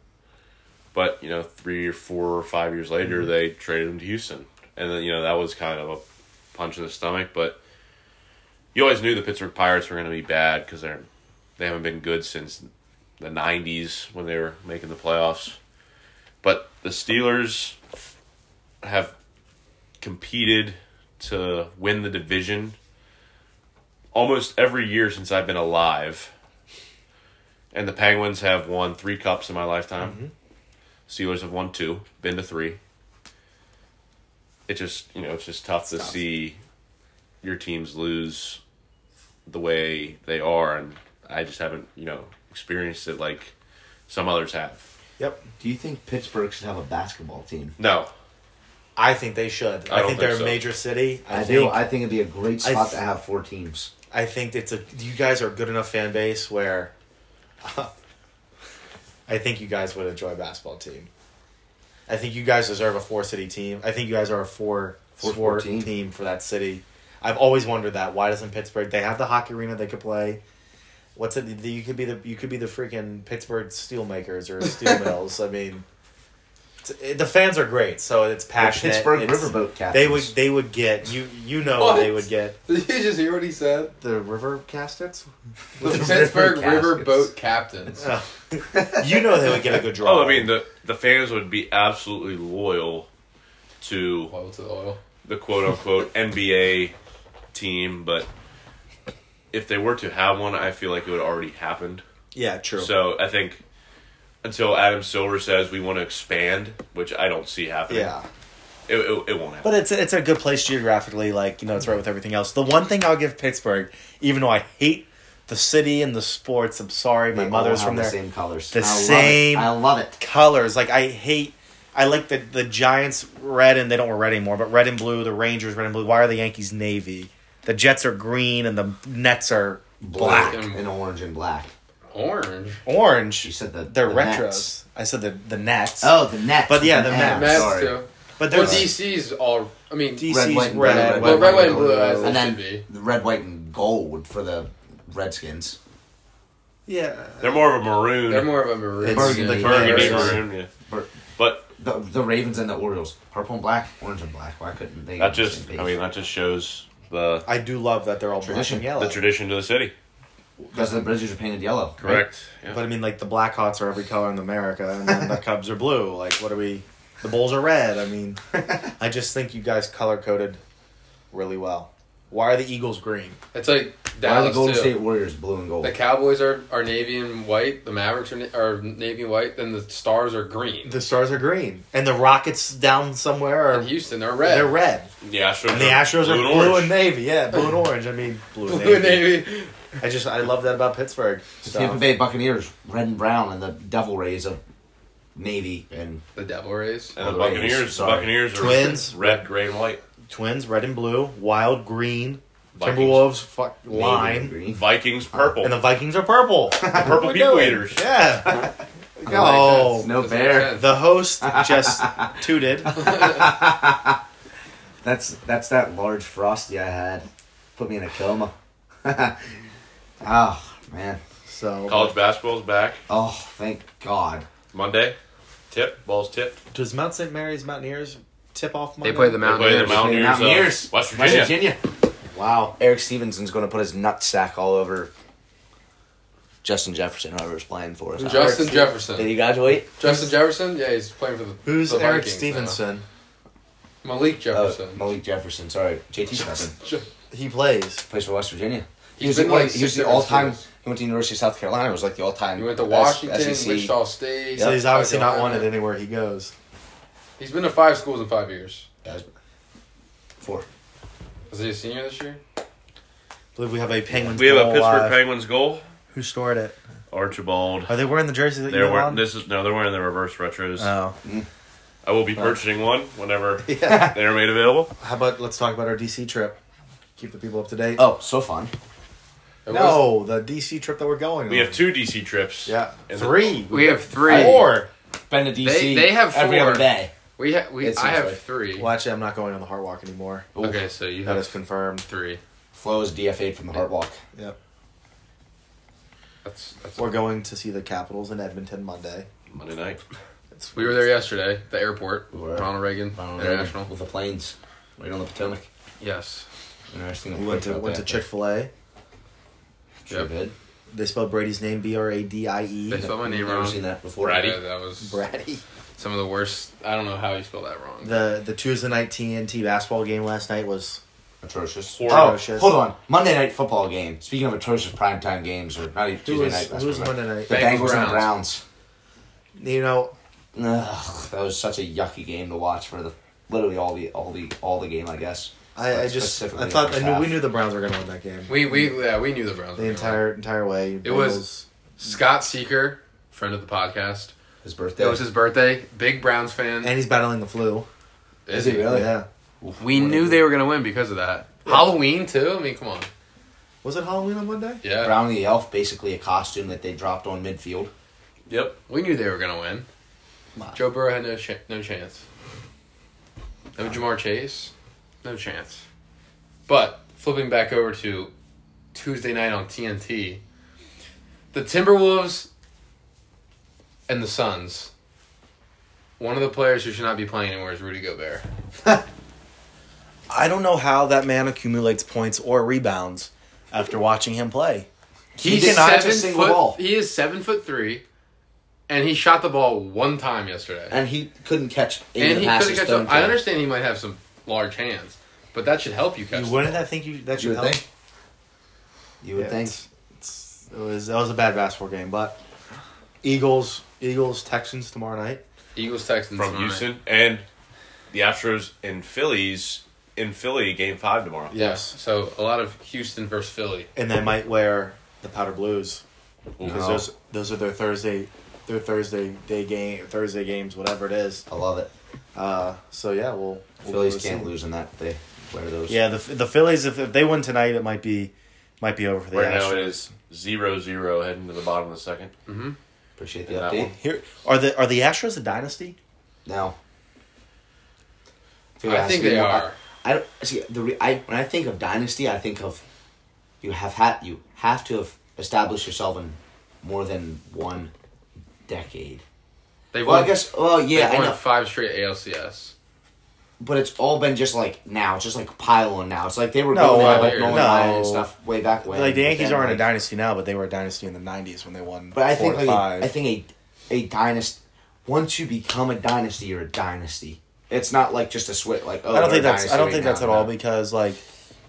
C: But you know, three or four or five years later, they traded him to Houston, and then you know that was kind of a punch in the stomach. But you always knew the Pittsburgh Pirates were going to be bad because they're they haven't been good since the '90s when they were making the playoffs. But the Steelers have competed to win the division almost every year since I've been alive. And the Penguins have won three cups in my lifetime. Steelers have won two, been to three. It just you know it's just tough to see your teams lose the way they are, and I just haven't you know experienced it like some others have.
E: Yep,
A: Do you think Pittsburgh should have a basketball team?
C: No,
E: I think they should.
C: I
E: I,
C: don't
E: think
C: think
E: they're
C: so.
E: a major city.
A: I,
E: think,
A: do. I think it'd be a great
E: I
A: spot
E: th-
A: to have four teams.
E: I think it's a you guys are a good enough fan base where I think you guys would enjoy a basketball team. I think you guys deserve a four city team. I think you guys are a four
A: Four- four
E: four, team.
A: team.
E: for that city. I've always wondered that. Why doesn't Pittsburgh? They have the hockey arena they could play. What's it? the- You could be the you could be the freaking Pittsburgh Steelmakers or Steel Mills. I mean,
G: It's- The fans are great, so it's passionate.
A: Pittsburgh
G: It's-
A: Riverboat
G: They would
A: Captains.
G: they would get you you know
B: What?
G: they would get
B: Did you just hear what he said?
A: The river caskets?
B: The
A: The
B: Pittsburgh
A: river
B: River
A: caskets.
B: boat captains.
G: you know they would get a good draw.
C: Oh, I mean the the fans would be absolutely loyal to
B: Oil to the oil.
C: the quote unquote NBA team, but if they were to have one, I feel like it would already happened.
A: Yeah, true.
C: So I think until Adam Silver says we want to expand, which I don't see happening,
A: yeah.
C: it, it, it won't happen.
E: But it's it's a good place geographically. Like you know, it's right with everything else. The one thing I'll give Pittsburgh, even though I hate the city and the sports, I'm sorry, my
A: They
E: mother's
A: all
E: from
A: have
E: there.
A: The same colors.
E: The
A: I
E: same-
A: Love it. I love it.
E: Colors, like I hate. I like the the Giants red and they don't wear red anymore, but red and blue. The Rangers red and blue. Why are the Yankees navy? The Jets are green and the Nets are
A: Black
B: and-
A: and orange and black.
B: Orange.
E: orange.
A: You said the
E: They're
A: the
E: retros.
A: Nets.
E: I said the the Nets.
A: Oh, the Nets.
E: But yeah,
A: with
E: the
A: an
E: Nets.
A: M,
B: Mets
A: sorry.
B: too.
E: but
B: Well,
E: there's
B: DC's all. I mean,
E: DC's
A: Red, white,
E: red,
A: and blue.
E: red,
B: Well, red, white, and
A: gold.
B: blue, as it
A: And then
B: should be.
A: the red, white, and gold for the Redskins.
E: yeah.
C: They're more of a maroon,
B: They're more of a maroon.
A: It's-
B: yeah.
A: like
C: burgundy
A: Yeah.
C: maroon. Yeah.
A: Bur-
C: But
A: The, the Ravens and the Orioles. Purple and black, orange and black. Why couldn't they?
C: that
A: be on the
C: just,
A: same
C: I
A: page?
C: mean, that just shows the
E: I do love that they're all black
A: Tradition.
E: and yellow.
C: the tradition to the city.
A: because the bridges are painted yellow. right?
C: Yeah.
E: But I mean, like the Blackhawks are every color in America, and then the Cubs are blue. Like, what are we? The Bulls are red. I mean, I just think you guys color coded really well. Why are the Eagles green?
B: It's like
A: Why are
B: Dallas
A: the Golden
B: too.
A: State Warriors blue and gold?
B: The Cowboys are, are navy and white. The Mavericks are, na- are navy and white. Then the Stars are green.
E: The Stars are green, and the Rockets down somewhere are
B: and Houston are red.
E: they're red,
C: The Astros,
E: and the Astros are blue
C: orange.
E: and navy. Yeah, blue and orange. I mean, blue and
B: Blue and
E: navy.
B: navy.
E: I just I love that about Pittsburgh.
A: the
E: So.
A: Tampa Bay Buccaneers, red and brown, and the Devil Rays of navy and
B: The Devil Rays.
C: And
A: Rays,
C: the Buccaneers, the
A: sorry.
C: Buccaneers are
E: Twins.
C: red, gray, and white.
E: Twins red and blue, Wild green,
C: Vikings.
E: Timberwolves fuck
A: navy
E: lime,
A: and green.
C: Vikings, purple.
E: and the Vikings are purple.
C: purple people eaters.
E: Yeah.
A: I
E: Oh.
A: like that. no
B: Doesn't make
A: bear.
B: sense.
E: The host just tooted.
A: That's that's that large frosty I had. Put me in a coma. oh man.
E: So
C: College basketball's back
A: Oh thank God.
C: Monday. Tip balls tipped.
E: does Mount St. Mary's Mountaineers tip off Monday?
B: They play the
C: They play the
B: Mountaineers.
C: Mountaineers.
A: Mountaineers.
C: of West Virginia.
E: Wow.
A: Eric Stevenson's going to put his nutsack all over Justin Jefferson, whoever's playing for us.
B: Justin
A: Eric-
B: Jefferson.
A: Did he graduate?
B: Justin Jefferson. Yeah, he's playing for the.
E: Who's
B: the
E: Eric
B: Vikings
E: Stevenson?
B: now. Malik
A: Oh,
B: Jefferson.
A: Malik Jefferson. Sorry, JT cousin
B: Je-
E: He plays.
A: plays for West Virginia. He
B: He's
A: was, the,
B: been,
A: one-
B: like,
A: he was
B: six
A: the all-time.
B: different schools.
A: He went to University of South Carolina. Was like the all-time.
B: He went to
A: best E
B: Washington,
A: SEC.
B: Wichita State.
E: So he's obviously
B: South
E: not wanted
B: Carolina.
E: anywhere he goes.
B: He's been to five schools in five years.
A: Guys, Four.
B: Is he a senior this year?
E: I believe we have a Penguins.
C: We have a
E: goal
C: Pittsburgh
E: live.
C: Penguins goal.
E: Who stored it?
C: Archibald.
E: Are they wearing the jersey that you
C: They're
E: were
C: wearing
E: on?
C: this is no, they're wearing the reverse retros.
E: Oh.
C: I will be purchasing one whenever
E: Yeah.
C: they are made available.
E: How about let's talk about our DC trip? Keep the people up to date.
A: Oh, so fun.
B: It was-
E: no, the DC trip that we're going on.
C: We have two DC trips.
E: Yeah.
C: And the-
E: Three.
B: we have three.
E: Four.
A: Been to DC.
B: They- they have
A: every
B: four.
A: other day.
B: We ha- we
A: It
B: I
A: seems
B: have
A: like-
B: three.
E: Well, actually, I'm not going on the Heart Walk anymore.
B: Okay, so you
E: That is
B: have
E: confirmed.
B: three.
A: Flo is DFA'd from the Heart Walk.
E: Yep.
B: That's that's.
E: We're going to see the Capitals in Edmonton Monday.
C: Monday night.
E: It's
B: We were there yesterday, the airport,
A: We were.
B: Ronald Reagan International.
A: with the planes, right on the Potomac.
B: Yes.
A: Interesting.
E: We went to went to Chick Fil A.
A: Sure
B: Yep.
A: did.
E: They spelled Brady's name B R A D I E.
B: They spelled my name
A: Never
B: wrong.
A: seen that before.
C: Brady.
B: Yeah, that was
E: Brady.
B: some of the worst. I don't know how you spell that wrong.
E: The the Tuesday night TNT basketball game last night was
A: Atrocious. Oh,
E: Atrocious.
A: hold on. Monday night football game. Speaking of atrocious primetime games, or not even Tuesday
E: who was
A: night.
E: who was
A: last
E: Monday night.
A: The
B: Bengals,
A: Bengals and Browns.
E: You know,
A: Ugh, that was such a yucky game to watch for the literally all the all the all the game. I guess.
E: I, I
A: But
E: just
A: specifically
E: I thought I
A: first
E: knew we
A: half.
E: knew the Browns were gonna win that game.
B: We we yeah we knew the Browns.
E: The
B: were gonna
E: entire entire way.
B: It was- win. Scott Seeker, friend of the podcast.
A: His birthday.
B: That was his birthday. Big Browns fan.
E: Bengals- and he's battling the flu.
A: Is he really?
E: Yeah.
B: We knew they were gonna win because of that. Halloween too. I mean, come on.
E: Was it Halloween on Monday?
B: Yeah.
A: Brownie the elf, basically a costume that they dropped on midfield.
C: Yep.
B: We knew they were gonna win.
A: Wow.
B: Joe Burrow had no ch- no chance. No Jamar Chase, no chance. But flipping back over to Tuesday night on TNT, the Timberwolves and the Suns One of the players who should not be playing anymore is Rudy Gobert.
E: I don't know how that man accumulates points or rebounds after watching him play. He
A: He's
E: cannot
A: seven
E: just
A: foot- ball.
B: He is seven foot three, and he shot the ball one time yesterday.
A: and he couldn't catch any
B: And
A: of the
B: he couldn't
A: passes.
B: catch.
A: thrown
B: The,
A: to
B: I
A: him.
B: understand he might have some large hands, but that should help you catch.
H: You
B: the
H: wouldn't
B: ball.
H: that think you that should
A: You would
H: help?
A: think. You would
H: Yeah,
A: think.
H: it's- it's- it was that was a bad basketball game, but Eagles Eagles Texans tomorrow night.
B: Eagles Texans
C: from
B: tomorrow night.
C: Houston and the Astros and Phillies in Philly game five tomorrow.
B: Yes. So a lot of Houston versus Philly.
H: and they might wear the powder blues because
C: No.
H: those those are their Thursday their Thursday day game Thursday games whatever it is.
A: I love it.
H: Uh, so yeah, we'll, we'll
A: Phillies
H: we'll
A: can't
H: see.
A: lose in that. They wear those.
H: Yeah, the the Phillies if, if they win tonight, it might be might be over for the
C: Right now
H: Astros.
C: it is zero zero heading to the bottom of the second.
A: Appreciate the
C: And that
A: update.
C: one.
H: Here are the are the Astros a dynasty?
A: Now,
B: I think they are.
A: I don't see the re, I when I think of dynasty, I think of you have had you have to have established yourself in more than one decade.
B: They won.
A: Well, I guess. Well,
B: they
A: yeah, I
B: won
A: know,
B: five straight ALCS.
A: but it's all been just like now, just like pile on now. It's like they were
H: No,
A: going
B: uh,
A: out like Nolan
H: no.
A: Ryan and stuff way back when.
H: Like the
A: but
H: Yankees
A: then,
H: aren't a
A: like-
H: dynasty now, but they were a dynasty in the '90s when they won.
A: But I
E: four
A: think
E: to
A: like a,
E: five.
A: I think a a dynasty once you become a dynasty, you're a dynasty. It's not like just a switch. Like oh,
E: I
A: they're
E: don't
A: a
E: think that's
A: dynasty
E: I don't
A: right
E: think
A: now,
E: that's at all
A: no.
E: because like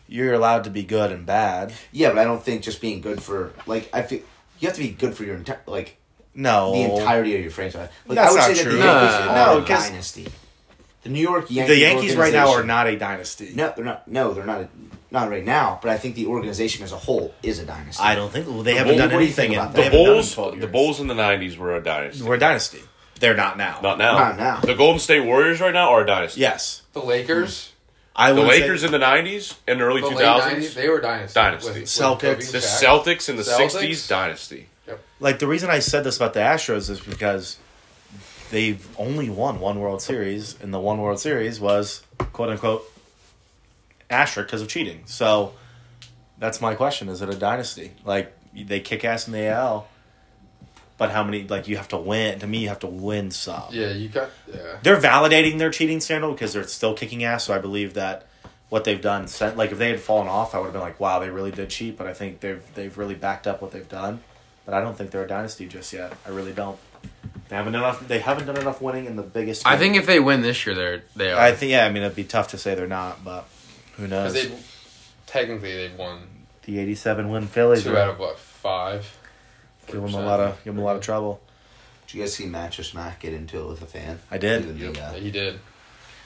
E: you're allowed to be good and bad.
A: Yeah, but I don't think just being good for like I feel you have to be good for your entire like
E: No,
A: the entirety of your franchise. Like
E: That's
A: I would
E: not
A: say
E: true.
A: that the Yankees
B: No,
A: are
E: no,
A: a
E: 'cause-
A: dynasty. The New York Yankees.
E: the Yankees right now are
A: organization-
E: not a dynasty.
A: No, they're not. No, they're not. not right now. But I think the organization as a whole is a dynasty.
E: I don't think well, they haven't
C: Bulls-
E: done
A: what do you
E: anything.
A: think
E: In,
A: about
E: they
A: that?
C: The
E: haven't done
C: Bulls,
E: in 12
C: years. the Bulls in the '90s were a dynasty.
E: We're a dynasty. They're not now.
C: Not now.
A: Not now.
C: The Golden State Warriors right now are a dynasty.
E: Yes,
B: The Lakers,
E: I
C: The
E: would
C: Lakers
E: Say,
C: in the '90s and early
B: the late 90s,
C: 2000s.
B: they were dynasty.
C: Dynasty.
E: Celtics.
B: Kobe,
C: The
B: Shaq.
C: Celtics in the
B: Celtics?
C: '60s dynasty.
E: like the reason I said this about the Astros is because they've only won one World Series, and the one World Series was quote unquote asterisk because of cheating. So that's my question: Is it a dynasty? Like they kick ass in the AL, but how many? Like you have to win. To me, you have to win some.
B: Yeah, you got. Yeah.
E: They're validating their cheating scandal because they're still kicking ass. So I believe that what they've done, sent- like if they had fallen off, I would have been like, wow, they really did cheat. But I think they've they've really backed up what they've done. But I don't think they're a dynasty just yet. I really don't. They haven't done enough. They haven't done enough winning in the biggest.
B: I think if they win this year, they're they are.
E: I think yeah. I mean, it'd be tough to say they're not, but who knows?
B: because they technically they've won
E: the eighty-seven win Phillies
B: two out of what five.
E: give them a lot of give them a lot of trouble.
A: Did you guys see Mattress Mac get into it with a fan?
E: I did.
A: Even
B: Yep,
A: the, uh,
B: he did.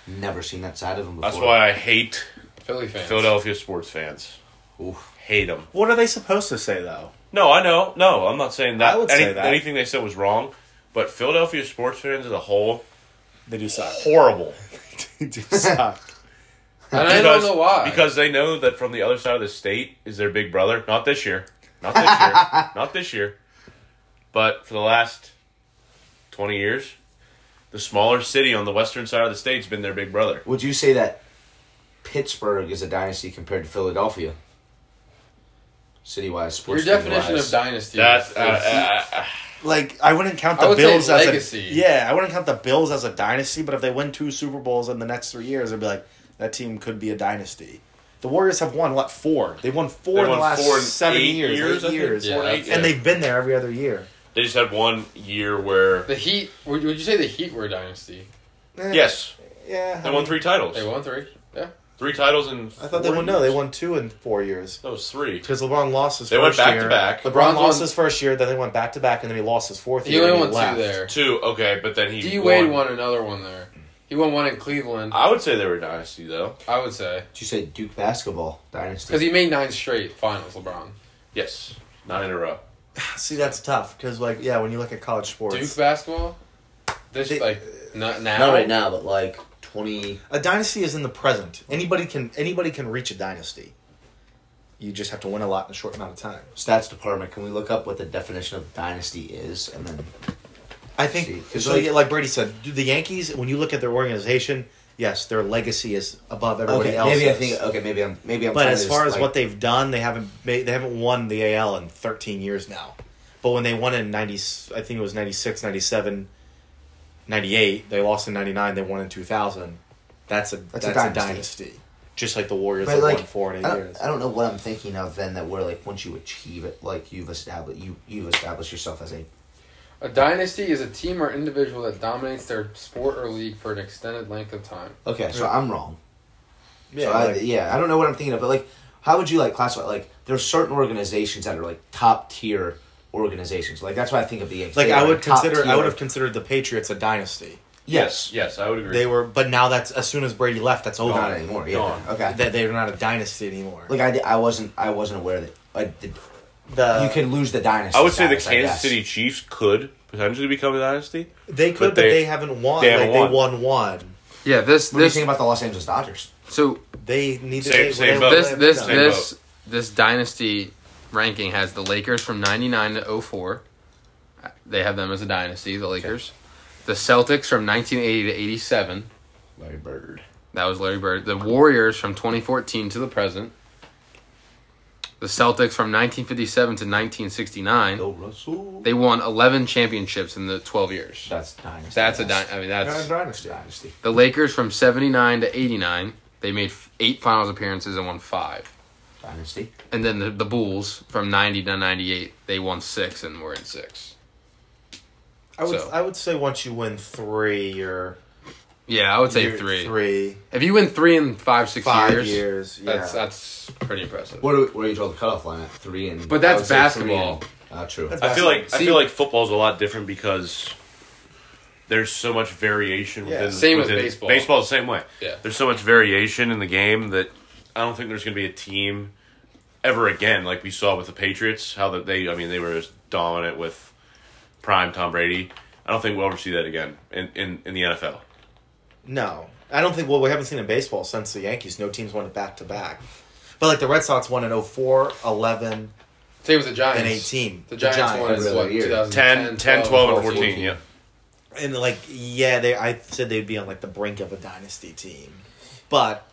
A: never seen that side of him before.
C: That's why I hate
B: Philly fans.
C: Philadelphia sports fans.
A: Oof.
C: Hate them.
E: What are they supposed to say though?
C: No, I know. No, I'm not saying that.
E: I would
C: any-
E: say that.
C: anything they said was wrong. But Philadelphia sports fans as a whole,
E: They do suck.
C: horrible.
E: they do suck.
B: And I don't know why.
C: Because they know that from the other side of the state is their big brother. Not this year. Not this year. Not this year. But for the last 20 years, the smaller city on the western side of the state's been their big brother.
A: Would you say that Pittsburgh is a dynasty compared to Philadelphia? City wise,
B: your
A: sports.
B: definition
A: wise.
B: of dynasty.
C: That's
B: is-
C: uh, uh, uh,
E: Like I wouldn't count
B: I
E: the
B: would say
E: Bills as
B: legacy.
E: a yeah. I wouldn't count the Bills as a dynasty, but if they win two Super Bowls in the next three years, I'd be like that team could be a dynasty. The Warriors have won what four? They've won four
C: they
E: in the
C: won
E: last
C: four and
E: seven
C: eight
E: years,
C: I
E: eight
C: think.
E: years,
B: Yeah,
C: Four and eight
B: that's
C: years.
E: and they've been there every other year.
C: They just had one year where
B: the Heat. Would, would you say the Heat were a dynasty?
E: Eh,
C: yes,
E: yeah.
C: they won three titles.
B: They won three. Yeah.
C: Three titles in.
E: I thought they
C: four
E: won. No, they
C: years?
E: won two in four years
C: That was three.
E: because LeBron lost his.
C: They went
E: first
C: back
E: year.
C: to back.
E: LeBron
B: LeBron's
E: lost
B: won-
E: his first year, then they went back to back, and then he lost his fourth
B: He
E: year.
B: only
E: and
B: won
E: left.
B: two there.
C: Two, okay, but then he
B: D Wade won another one there. He won one in Cleveland.
C: I would say they were dynasty though.
B: I would say
A: Did you say Duke basketball dynasty?
B: because he made nine straight finals. LeBron.
C: Yes, nine in a row.
E: See, that's tough because, like, yeah, when you look at college sports,
B: Duke basketball. This
E: They-
B: like not now.
A: Not right now, but like twenty.
E: A dynasty is in the present. Anybody can anybody can reach a dynasty. You just have to win a lot in a short amount of time.
A: Stats department, can we look up what the definition of dynasty is, and then
E: I
A: See,
E: think
A: 'cause
E: so.
A: like-
E: yeah, like Brady said, do the Yankees. When you look at their organization, yes, their legacy is above everybody
A: okay,
E: else.
A: maybe I think okay, maybe I'm maybe I'm.
E: but
A: trying
E: as
A: to
E: far as
A: just, like-
E: what they've done, they haven't made, they haven't won the AL in 13 years now. But when they won in 90, I think it was 96, 97, 98. They lost in 99. They won in 2000. That's a that's,
A: a
E: a, dynasty.
A: dynasty.
E: Just like the Warriors
A: But
E: have
A: like,
E: won four in
A: I,
E: eight
A: don't,
E: years.
A: I don't know what I'm thinking of then that we're like once you achieve it, like you've established you you've established yourself as a
B: A dynasty is a team or individual that dominates their sport or league for an extended length of time.
A: okay. So I'm wrong.
E: Yeah,
A: so I,
E: like-
A: yeah, I don't know what I'm thinking of, but like, how would you like classify? Like, there's certain organizations that are like top tier organizations. Like that's why I think of the Yankees.
E: like
A: They
E: I
A: are
E: would
A: top
E: consider I
A: tier.
E: would have considered the Patriots a dynasty.
A: yes,
C: Yes, I would agree.
E: They were, but now that's as soon as Brady left, that's over.
A: not anymore. Yeah,
C: Gone.
A: okay.
E: That they're not a dynasty anymore.
A: like I, di- I wasn't I wasn't aware that like the,
E: the,
A: you can lose the dynasty.
C: I would say the
A: status, Uh, I
C: Kansas
A: guess.
C: City Chiefs could potentially become a dynasty.
E: they could, but
C: they-
E: they, haven't won.
C: they
E: They
C: haven't
E: like they won one.
B: Yeah, this
A: What do you
B: this
A: think about the Los Angeles Dodgers?
B: so
E: They need to.
C: Same-
E: they,
C: same
E: they-
A: Oh,
C: boat.
B: this
E: they-
B: this
E: no.
C: Same
B: this this dynasty ranking has the Lakers from 99 to 04. They have them as a dynasty, the Lakers. The Celtics from 1980 to 87.
A: Larry Bird.
B: That was Larry Bird. The Warriors from 2014 to the present. The Celtics from 1957 to 1969. They won 11 championships in the 12 years.
A: That's dynasty.
B: That's a
A: yes.
B: dy- I mean
E: They're
B: that's
E: a dynasty.
A: dynasty.
B: the Lakers from 79 to 89. They made f- 8 finals appearances and won 5.
A: Dynasty.
B: And then the, the Bulls from 90 to 98, they won 6 and were in 6.
E: I would
B: So.
E: I would say once you win three, you're
B: Yeah, I would say
E: you're
B: 3.
E: three,
B: If you win 3 in 5 6
E: five
B: years,
E: years.
B: that's
E: yeah.
B: that's pretty impressive.
A: What are, we- where you draw the cutoff line at three and?
B: But that's
A: I would say three
B: basketball.
A: and- Ah, true.
E: That's-
C: I feel like I
B: See-
C: feel like football's a lot different because there's so much variation
E: Yeah.
C: within
B: Same with
C: within,
B: baseball.
C: Baseball's the same way.
B: Yeah.
C: There's so much variation in the game that I don't think there's going to be a team ever again like we saw with the Patriots how that they I mean they were as dominant with prime Tom Brady. I don't think we'll ever see that again in in, in the NFL.
E: No, I don't think. Well, we haven't seen in baseball since the Yankees. No teams won it back to back. But like the Red Sox won in 04, 11.
B: Same with the Giants.
E: And 18.
B: The Giants,
E: The Giants
B: won
A: every
B: in
A: other
B: what,
A: year.
B: 2010,
C: 10, 10 12, and 14, yeah.
E: And like, yeah, they. I said they'd be on like the brink of a dynasty team, but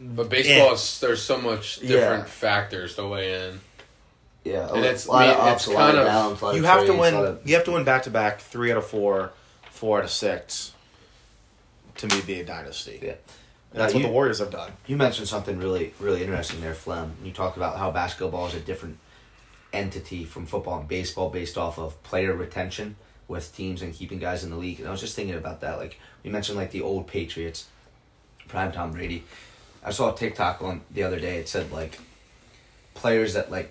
B: But baseball
E: Yeah.
B: is there's so much
E: Yeah.
B: different factors to weigh in.
A: Yeah,
B: And
A: a
B: it's-
A: lot of
B: I mean,
A: ups,
B: it's
A: a lot
B: kind
A: of
B: of-
A: downs, a lot of
E: you have to
A: trades, a
E: win.
A: lot of-
E: You have to win back to back, three out of four, four out of six. To me, be a dynasty.
A: Yeah.
E: And that's
A: Now,
E: what
A: you-
E: the Warriors have done.
A: You mentioned something really, really interesting there, Flem. You talked about how basketball is a different entity from football and baseball based off of player retention with teams and keeping guys in the league. And I was just thinking about that. Like you mentioned, like the old Patriots, prime Tom Brady. I saw a TikTok on the other day. It said like players that like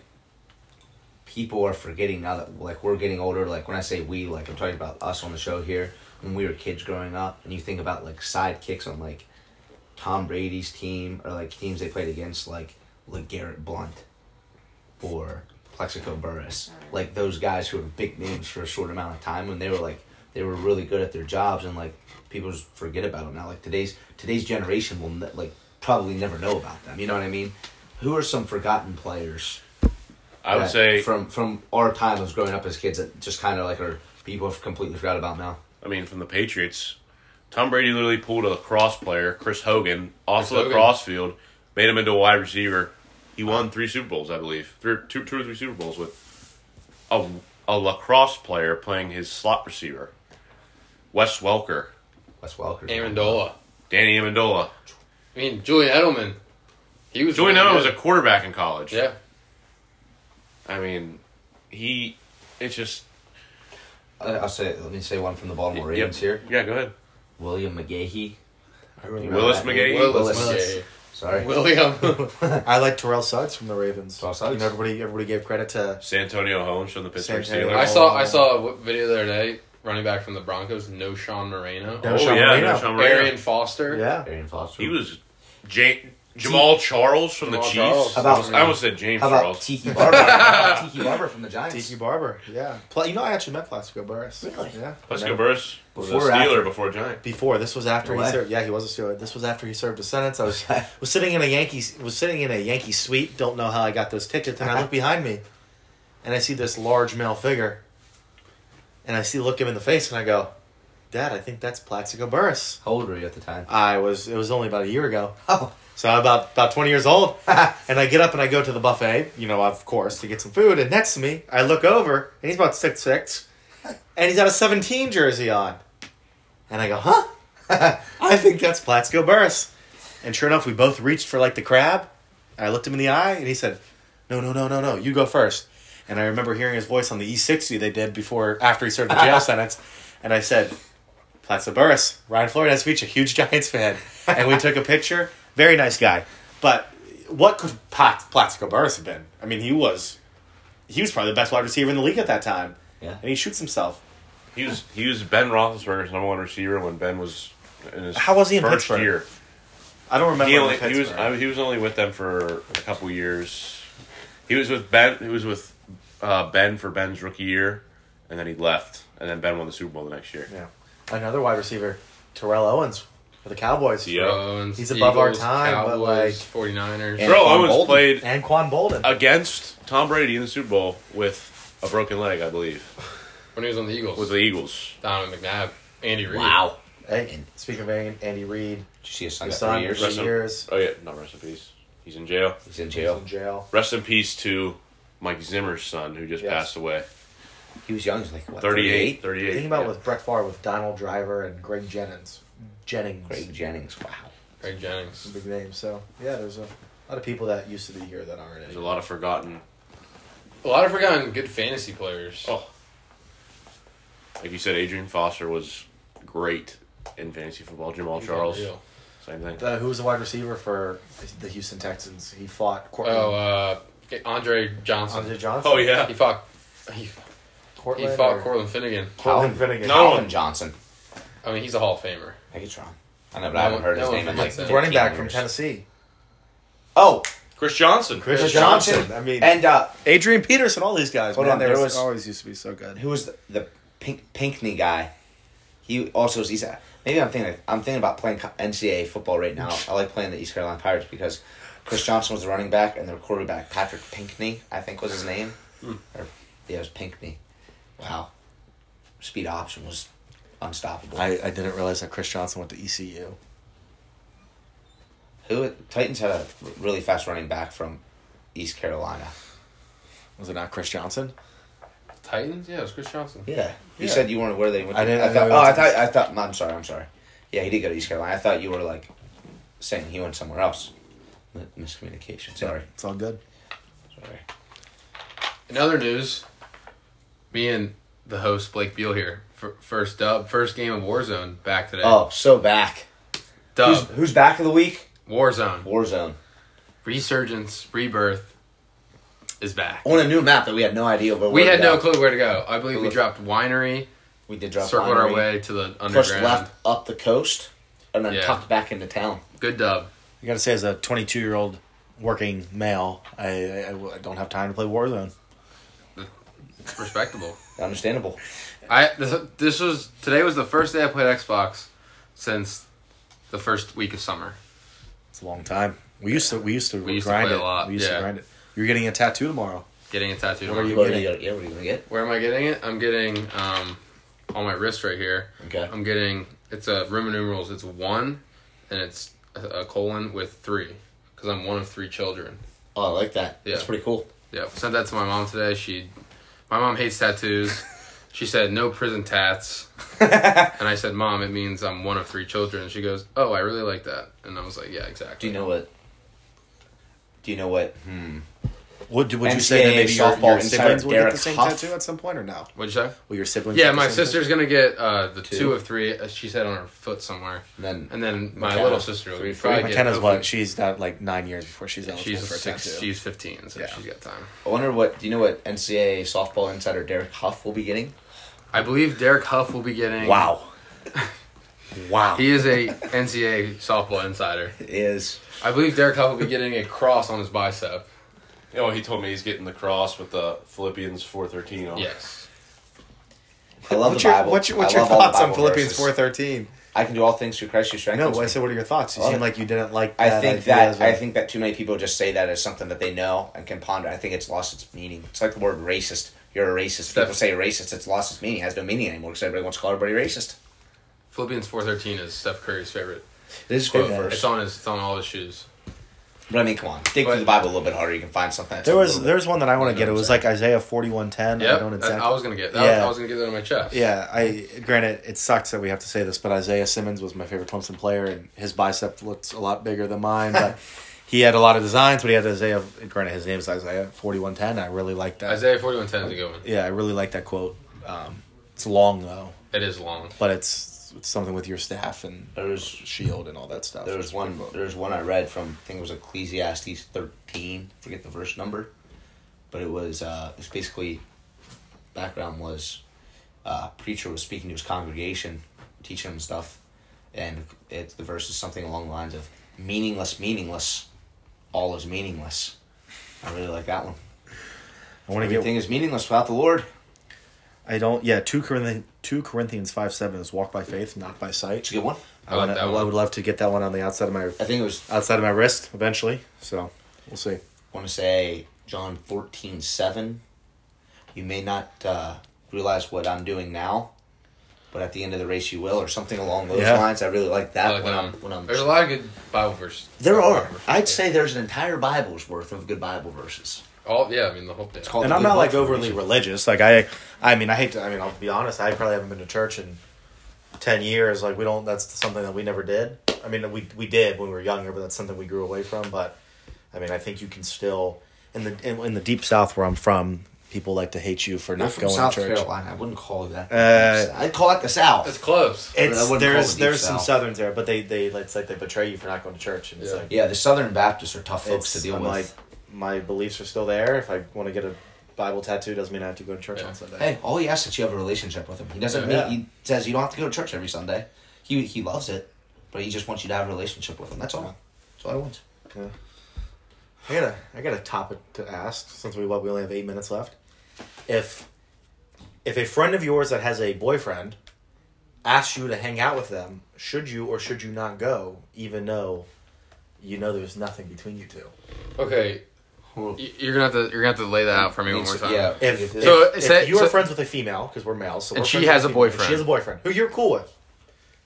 A: people are forgetting now that like we're getting older. Like when I say we, like I'm talking about us on the show here when we were kids growing up. And you think about like sidekicks on like Tom Brady's team or like teams they played against, like LeGarrette Blunt or Plexico Burris, like those guys who were big names for a short amount of time when they were like they were really good at their jobs and like people just forget about them now. Like today's today's generation will ne- like probably never know about them. You know what I mean? Who are some forgotten players?
C: I would
A: that
C: say
A: from from our time of growing up as kids that just kind of like are people have completely forgot about now.
C: I mean, from the Patriots, Tom Brady literally pulled a lacrosse player, Chris Hogan, off
B: Chris
C: the
B: Hogan.
C: lacrosse field, made him into a wide receiver. He won three Super Bowls, I believe, three, two, two or three Super Bowls with a, a lacrosse player playing his slot receiver. Wes Welker,
A: Wes Welker,
B: Amendola.
C: Danny Amendola.
B: I mean, Julian Edelman. He was
C: Joey
B: really
C: Nello was a
B: good.
C: quarterback in college.
B: yeah.
C: I mean, he. It's just.
A: Uh, I'll say let me say one from the Baltimore
C: Yep.
A: Ravens here.
C: Yeah, go ahead.
A: William McGahee.
E: I really
A: Will-
C: Willis
A: that.
C: McGahee.
A: Will-
B: Willis.
A: Willis.
B: Yeah,
A: Sorry.
B: yeah. William.
E: I like Terrell Suggs from the Ravens.
A: Terrell Suggs.
E: You know, everybody everybody gave credit to
C: San Antonio Holmes from the Pittsburgh
E: San Antonio.
C: Steelers.
B: I saw I saw a w- video the other day, running back from the Broncos, no Sean Moreno.
C: oh,
E: No Sean
C: yeah,
E: Marino.
C: no Sean Marino.
B: Arian Foster.
E: yeah.
A: Arian Foster.
C: He was J- Jamal Charles from the
B: Jamal
C: Chiefs.
B: Charles.
A: How about-
C: I almost said James
A: How about
C: Charles.
A: Tiki Barber? How about Tiki Barber from the Giants.
E: Tiki Barber. Yeah. Pl- you know, I actually met Plaxico Burris.
A: Really?
E: Yeah.
C: Let's
A: No.
C: go Burris. Was a
A: Before or
C: Steeler
A: after?
C: before Giant.
E: Before this was after
A: No
E: he
A: way.
E: served. Yeah, he was a Steeler. This was after he served his sentence. I was was sitting in a Yankees was sitting in a Yankee suite. Don't know how I got those tickets, and I look behind me, and I see this large male figure, and I see look him in the face, and I go, "Dad, I think that's Plaxico Burris."
A: How old were you at the time?
E: I was it was only about a year ago.
A: Oh,
E: So I'm about about twenty years old, and I get up and I go to the buffet, you know, of course, to get some food. And next to me, I look over, and he's about six six, and he's got a seventeen jersey on. And I go, huh? I think that's Plattsco Burris. And sure enough, we both reached for like the crab. And I looked him in the eye and he said, no, no, no, no, no, you go first. And I remember hearing his voice on the E60 they did before, after he served the jail sentence. And I said, Plattsco Burris, Ryan Flores Beach, a huge Giants fan. And we took a picture. Very nice guy. But what could Pat, Plattsco Burris have been? I mean, he was, he was probably the best wide receiver in the league at that time.
A: Yeah.
E: And he shoots himself.
C: He was he was Ben Roethlisberger's number one receiver when Ben was in his
E: How was he in
C: first
E: Pittsburgh?
C: year.
E: I don't remember.
C: He,
E: him
C: only,
E: in
C: he was
E: Pittsburgh.
C: I, he was only with them for a couple years. He was with Ben. He was with uh, Ben for Ben's rookie year, and then he left. And then Ben won the Super Bowl the next year.
E: Yeah. Another wide receiver, Terrell Owens for the Cowboys.
C: Yeah.
B: Owens,
E: He's above our
B: Eagles,
E: time, but, like-
B: Cowboys, 49ers.
I: And-
C: Terrell
I: Anquan
C: Owens
I: Bolden.
C: played
E: And Quan Bolden.
C: against Tom Brady in the Super Bowl with a broken leg, I believe,
B: When he was on the Eagles.
C: with the Eagles.
B: Donovan McNabb. Andy Reid.
A: Wow.
E: hey, speaking of Andy, Andy
A: Did
E: Reid,
A: you see his son
E: his
A: got three
E: son,
A: years?
E: three
C: Russell.
E: years,
C: Oh yeah, not rest in peace. He's in jail.
A: He's in
E: he's
A: jail.
E: in jail.
C: Rest in peace to Mike Zimmer's son, who just
E: Yes.
C: passed away.
A: He was young. He was like what? 38.
C: 38. 38.
E: Think about
C: yeah.
E: with Brett Favre with Donald Driver and Greg Jennings. Jennings,
A: Greg Jennings. Wow.
B: Craig Jennings.
E: big name. So yeah, there's a lot of people that used to be here that aren't.
C: There's a
E: Anymore.
C: lot of forgotten.
B: A lot of forgotten good fantasy players.
C: Oh. Like you said, Adrian Foster was great in fantasy football. Jamal
B: He's
C: Charles,
B: unreal.
C: same thing.
E: The, Uh, who was the wide receiver for the Houston Texans? He fought Cortland.
B: Oh, uh, Andre Johnson.
E: Andre Johnson.
C: Oh yeah,
B: He fought. He, he
E: Cortland
B: fought
E: or-
B: Cortland Finnegan.
E: Cortland Finnegan.
C: No.
A: Calvin Johnson.
B: I mean, he's a Hall of Famer.
A: I think it's wrong. I know, but
B: No
A: I haven't
B: one-
A: heard
B: no
A: his
B: one
A: name in like
B: forgets that.
E: running
A: 15
E: back from
A: years.
E: Tennessee.
A: Oh,
C: Chris Johnson.
E: Chris,
A: Chris
E: Johnson.
A: Johnson.
E: I mean,
A: and uh,
E: Adrian Peterson, all these guys.
A: Hold
E: man,
A: on,
E: they
A: there
E: were-
A: was-
E: always used to be so good.
A: who was the, the pink Pinkney guy? He also is. He's a, maybe I'm thinking. I'm thinking about playing co- NCAA football right now. I like playing the East Carolina Pirates because Chris Johnson was the running back and their quarterback Patrick Pinkney, I think was his name. Or yeah, it was Pinkney. Wow, speed option was unstoppable.
E: I, I didn't realize that Chris Johnson went to E ECU.
A: Who Titans had a r- really fast running back from East Carolina.
E: Was it not Chris Johnson?
B: Titans? Yeah, it was Chris Johnson.
A: Yeah, you
E: Yeah.
A: said you weren't aware that he went.
E: I
A: to-
E: didn't- I
A: I thought.
E: know
A: Oh,
E: he
A: I
E: went to-
A: thought. I thought. No, I'm sorry. I'm sorry. Yeah, he did go to East Carolina. I thought you were like saying he went somewhere else. M- Miscommunication. Sorry.
E: It's all good.
A: Sorry.
B: In other news, me and the host Blake Beal here. F- first dub, first game of Warzone back today.
A: Oh, so back. Who's,
B: dub
A: who's back of the week?
B: Warzone
A: Warzone
B: resurgence rebirth is back.
A: on a new map that we had no idea. But
B: we had no clue where to go. I believe we dropped winery,
A: We did drop.
B: circled
A: winery,
B: our way to the underground.
A: pushed left up the coast, and then
B: Yeah.
A: tucked back into town.
B: Good dub.
J: I gotta say, as a 22 year old working male, I, I, I don't have time to play Warzone.
B: Respectable.
A: Understandable.
B: I this, this was today was the first day I played Xbox since the first week of summer.
J: It's a long time. We used to we used to
B: We used to
J: grind
B: play a
J: it.
B: lot,
J: We used
B: yeah.
J: to grind it. You're getting a tattoo tomorrow.
B: Getting a tattoo.
J: What are
B: tomorrow.
J: you
A: What are
J: getting?
A: you gonna- yeah, what are you gonna get?
B: Where am I getting it? I'm getting um, on my wrist right here.
A: Okay.
B: I'm getting it's a Roman numerals. It's one, and it's a, a colon with three, because I'm one of three children.
A: Oh, I like that.
B: Yeah.
A: That's pretty cool.
B: Yeah, sent that to my mom today. She, my mom hates tattoos. she said no prison tats, and I said, Mom, it means I'm one of three children. And she goes, Oh, I really like that, and I was like, Yeah,
A: Do
B: exactly.
A: you know what? Do you know what? Hmm.
J: Would would you say that
A: NCAA
J: maybe your,
A: softball
J: your siblings
A: center
J: will get
A: Derek
J: the same
A: Huff.
J: tattoo at some point or no?
B: What'd you say?
J: Will your siblings?
B: Yeah,
J: get the
B: my
J: same tattoo?
B: sister's gonna get uh, the two.
A: Two.
B: of three. uh, She said on her foot somewhere,
A: And then
B: and then my
A: McKenna.
B: little sister
A: Three,
B: would
A: three.
B: probably get.
J: McKenna's
B: hopefully-
J: what? She's got like nine years before she's eligible
B: She's
J: for a
B: six.
J: tattoo.
B: She's fifteen, so
J: Yeah.
B: she's got time.
A: I wonder what do you know what NCAA softball insider Derek Huff will be getting?
B: I believe Derek Huff will be getting.
J: Wow. wow.
B: He is a NCAA softball insider.
A: Is
B: I believe Derek Huff will be getting a cross on his bicep.
C: Oh, he told me he's getting the cross with the Philippians four thirteen
J: Oh.
C: on. it.
B: Yes.
A: I love
J: what's
A: the
J: your,
A: Bible.
J: What's your, what's
A: I
J: your
A: love all the
J: thoughts on
A: Bible
J: Philippians
A: verses.
J: four thirteen?
A: I can do all things through Christ who
J: No,
A: strengthens
J: I
A: me.
J: said, what are your thoughts? You
A: Love
J: seem
A: it.
J: like you didn't like.
A: I
J: That
A: think
J: idea
A: that
J: as well.
A: I think that too many people just say that as something that they know and can ponder. I think it's lost its meaning. It's like the word racist. You're a racist. People
B: Steph-
A: say racist. It's lost its meaning. It has no meaning anymore because everybody wants to call everybody racist.
B: Philippians four thirteen is Steph Curry's favorite
A: This is
B: quote.
A: favorite verse.
B: It's on his. It's on all his shoes.
K: But I mean, come on, dig through the Bible a little bit harder. You can find something. That's
E: There
K: a
E: was
K: little bit-
E: there's one that I want to get. It was like Isaiah forty one ten. I
B: Yep,
E: don't
B: that-
E: exactly.
B: I was gonna get that.
E: Yeah.
B: I was gonna get that on my chest.
E: Yeah, I granted it sucks that we have to say this, but Isaiah Simmons was my favorite Clemson player, and his bicep looked a lot bigger than mine. But he had a lot of designs, but he had Isaiah. Granted, his name is Isaiah forty one ten. I really like that.
B: Isaiah forty one ten is a good one.
E: Yeah, I really like that quote. Um, it's long though,
B: It is long.
E: but it's, it's something with your staff and
A: There's
E: shield and all that stuff.
A: There was one. There was one I read from. I think it was Ecclesiastes thirteen. Forget the verse number, but it was. Uh, it's basically. Background was, uh, preacher was speaking to his congregation, teaching them stuff, and it the verse is something along the lines of meaningless, meaningless, all is meaningless. I really like that one.
E: I want to
A: Everything
E: get.
A: is meaningless without the Lord.
E: I don't. Yeah, two Corinthians two Corinthians five seven is walk by faith, not by sight.
A: It's a good one.
E: I,
B: I like
E: wanna,
B: that
E: I
B: one.
E: would love to get that one on the outside of my
A: I think it was. I
E: outside of my wrist eventually. So we'll see.
A: want to say John fourteen seven. You may not uh, realize what I'm doing now, but at the end of the race you will, or something along those
E: Yeah.
A: lines. I really like that
B: I like
A: when
B: that
A: I'm
B: one.
A: when I'm.
B: There's a lot of good Bible verses.
A: There
B: Bible
A: are.
B: verses.
A: I'd say there's an entire Bible's worth of good Bible verses.
B: All yeah, I mean the whole thing.
A: It's called
E: and
A: the
E: I'm
A: Good
E: not
A: Book
E: like
A: for a
E: overly
A: reason.
E: religious. Like I, I mean, I hate to. I mean, I'll be honest. I probably haven't been to church in ten years. Like we don't. That's something that we never did. I mean, we we did when we were younger, but that's something we grew away from. But I mean, I think you can still in the in, in the deep south where I'm from, people like to hate you for
A: You're
E: not
A: from
E: going
A: South
E: to church.
A: Carolina. I wouldn't call it that.
E: Uh,
A: I'd call it the South.
B: That's close.
A: I wouldn't
E: It's
A: call it
E: there's
A: deep
E: there's some
A: south.
E: southerns there, but they they it's like they betray you for not going to church, and it's
B: Yeah.
E: like
A: yeah, the Southern Baptists are tough folks
E: it's,
A: to deal
E: I'm
A: with.
E: like my beliefs are still there. If I want to get a Bible tattoo, doesn't mean I have to go to church
B: Yeah.
E: on Sunday.
A: Hey, all he asks is that you have a relationship with him. He doesn't
E: Yeah.
A: mean he says you don't have to go to church every Sunday. He he loves it, but he just wants you to have a relationship with him. That's all. That's all he wants.
E: Yeah. I got a I got a topic to ask since we what we only have eight minutes left. If if a friend of yours that has a boyfriend asks you to hang out with them, should you or should you not go, even though you know there's nothing between you two?
B: Okay, y- you're gonna have to you're gonna have to lay that out for me one more time.
A: Yeah.
E: If
B: So,
E: if, if
B: say-
E: you are
B: so-
E: friends with a female, because we're males, so
B: And
E: we're
B: she
E: friends with
B: has a
E: female, and
B: boyfriend.
E: She has a boyfriend who you're cool with,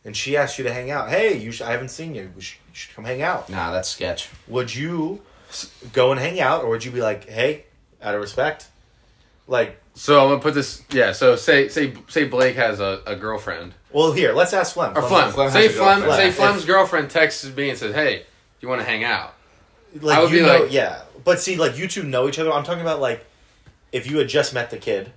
E: and she asks you to hang out. Hey, you sh- I haven't seen you. We should, you should come hang out.
A: Nah, that's sketch.
E: would you s- go and hang out or would you be like hey out of respect like
B: So I'm gonna put this. Yeah. So say say say Blake has a, a girlfriend
E: well here let's ask Flem
B: or Flem.
A: Flem has
B: say
A: a
B: Flem.
A: girlfriend.
B: Say
E: If-
B: Flem's girlfriend texts me and says, "Hey, you want to hang out?"
E: like
B: I would
E: you
B: be
E: know
B: like-
E: yeah but see like you two know each other I'm talking about like if you had just met the kid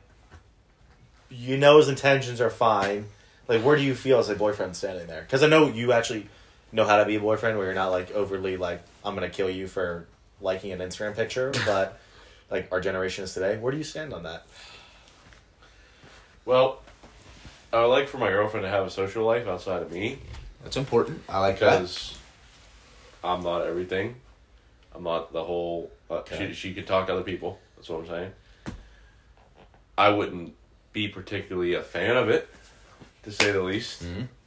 E: you know his intentions are fine like where do you feel as a boyfriend standing there because I know you actually know how to be a boyfriend where you're not like overly like I'm gonna kill you for liking an Instagram picture but like our generation is today where do you stand on that
C: Well, I would like for my girlfriend to have a social life outside of me
A: That's important. I like that.
C: because I'm not everything. I'm not the whole. Uh,
A: Okay.
C: She she could talk to other people. That's what I'm saying. I wouldn't be particularly a fan of it, to say the least.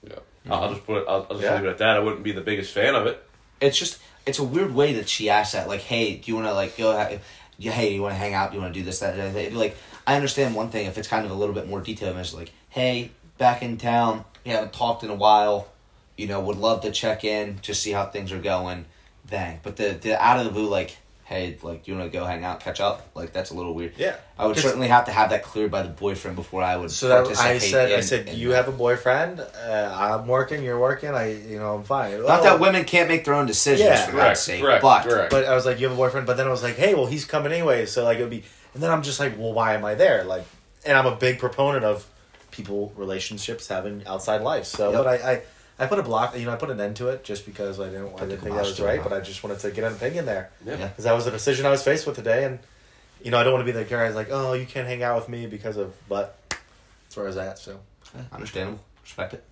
B: Yeah.
C: I'll just put. It, I'll, I'll just
E: Yeah.
C: leave it at that. I wouldn't be the biggest fan of it.
A: It's just it's a weird way that she asks that. Like, hey, do you want to like go? ha- yeah, Hey, you want to hang out? Do you want to do this? That, that, that? It'd be Like, I understand one thing if it's kind of a little bit more detailed. It's like, hey, back in town. We haven't talked in a while. You know, would love to check in, just see how things are going. Bang. But the the out of the blue, like, hey, like, do you want to go hang out, catch up? Like, that's a little weird.
E: Yeah.
A: I would
E: Just-
A: certainly have to have that cleared by the boyfriend before I would.
E: So that I
A: participate
E: said, I
A: in-
E: said,
A: in
E: you
A: that."
E: have a boyfriend. Uh, I'm working. You're working. I, you know, I'm fine.
A: Not
E: Oh.
A: that women can't make their own decisions,
E: Yeah.
A: for
B: Correct,
A: God's sake.
B: correct,
A: but
B: correct.
E: But I was like, you have a boyfriend. But then I was like, hey, well, he's coming anyway. So like, it would be. And then I'm just like, well, why am I there? Like, and I'm a big proponent of people relationships having outside life. So,
A: Yep.
E: but I, I, I put a block. You know, I put an end to it just because I didn't. I
A: the
E: didn't think that
A: kibosh
E: was
A: to it,
E: right.
A: huh?
E: But I just wanted to get an opinion there
A: Yeah.
E: because that was the decision I was faced with today. And you know, I don't want to be the guy who's like, oh, you can't hang out with me because of. But that's where I was at. So.
A: Understandable. Respect it.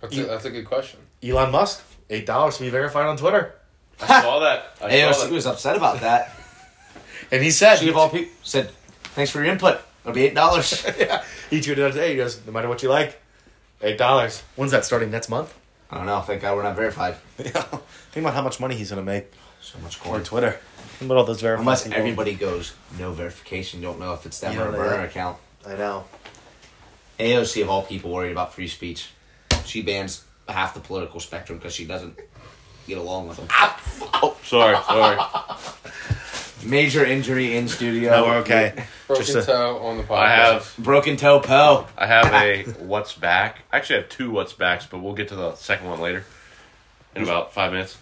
B: That's,
E: You-
B: a, that's a good question.
E: Elon Musk, eight dollars to be verified on Twitter,
C: I saw that. I saw
A: AOC
C: that.
A: was upset about that.
E: and he said
A: she of all people said, "Thanks for your input. It'll be eight dollars."
E: he tweeted out today. He goes, no matter what you like, eight dollars. When's that starting next month?
A: I don't know. Thank God we're not verified.
E: Think about how much money he's gonna make
A: So much
E: on
A: corn.
E: Twitter. Think about all those verified.
A: Unless
E: people.
A: everybody goes no verification, don't know if it's them
E: You
A: or a
E: don't know
A: burner
E: that.
A: account.
E: I know.
A: AOC of all people worried about free
E: Ah!
A: speech. She bans half the political spectrum because she doesn't get along with them.
C: Oh, sorry, sorry.
A: Major injury in studio.
E: No, Oh, we're okay.
B: Broken
E: Just a-
B: toe on the podcast.
C: I have
A: Broken toe Poe.
C: I have a what's back. Actually, I have two what's backs, but we'll get to the second one later in about five minutes.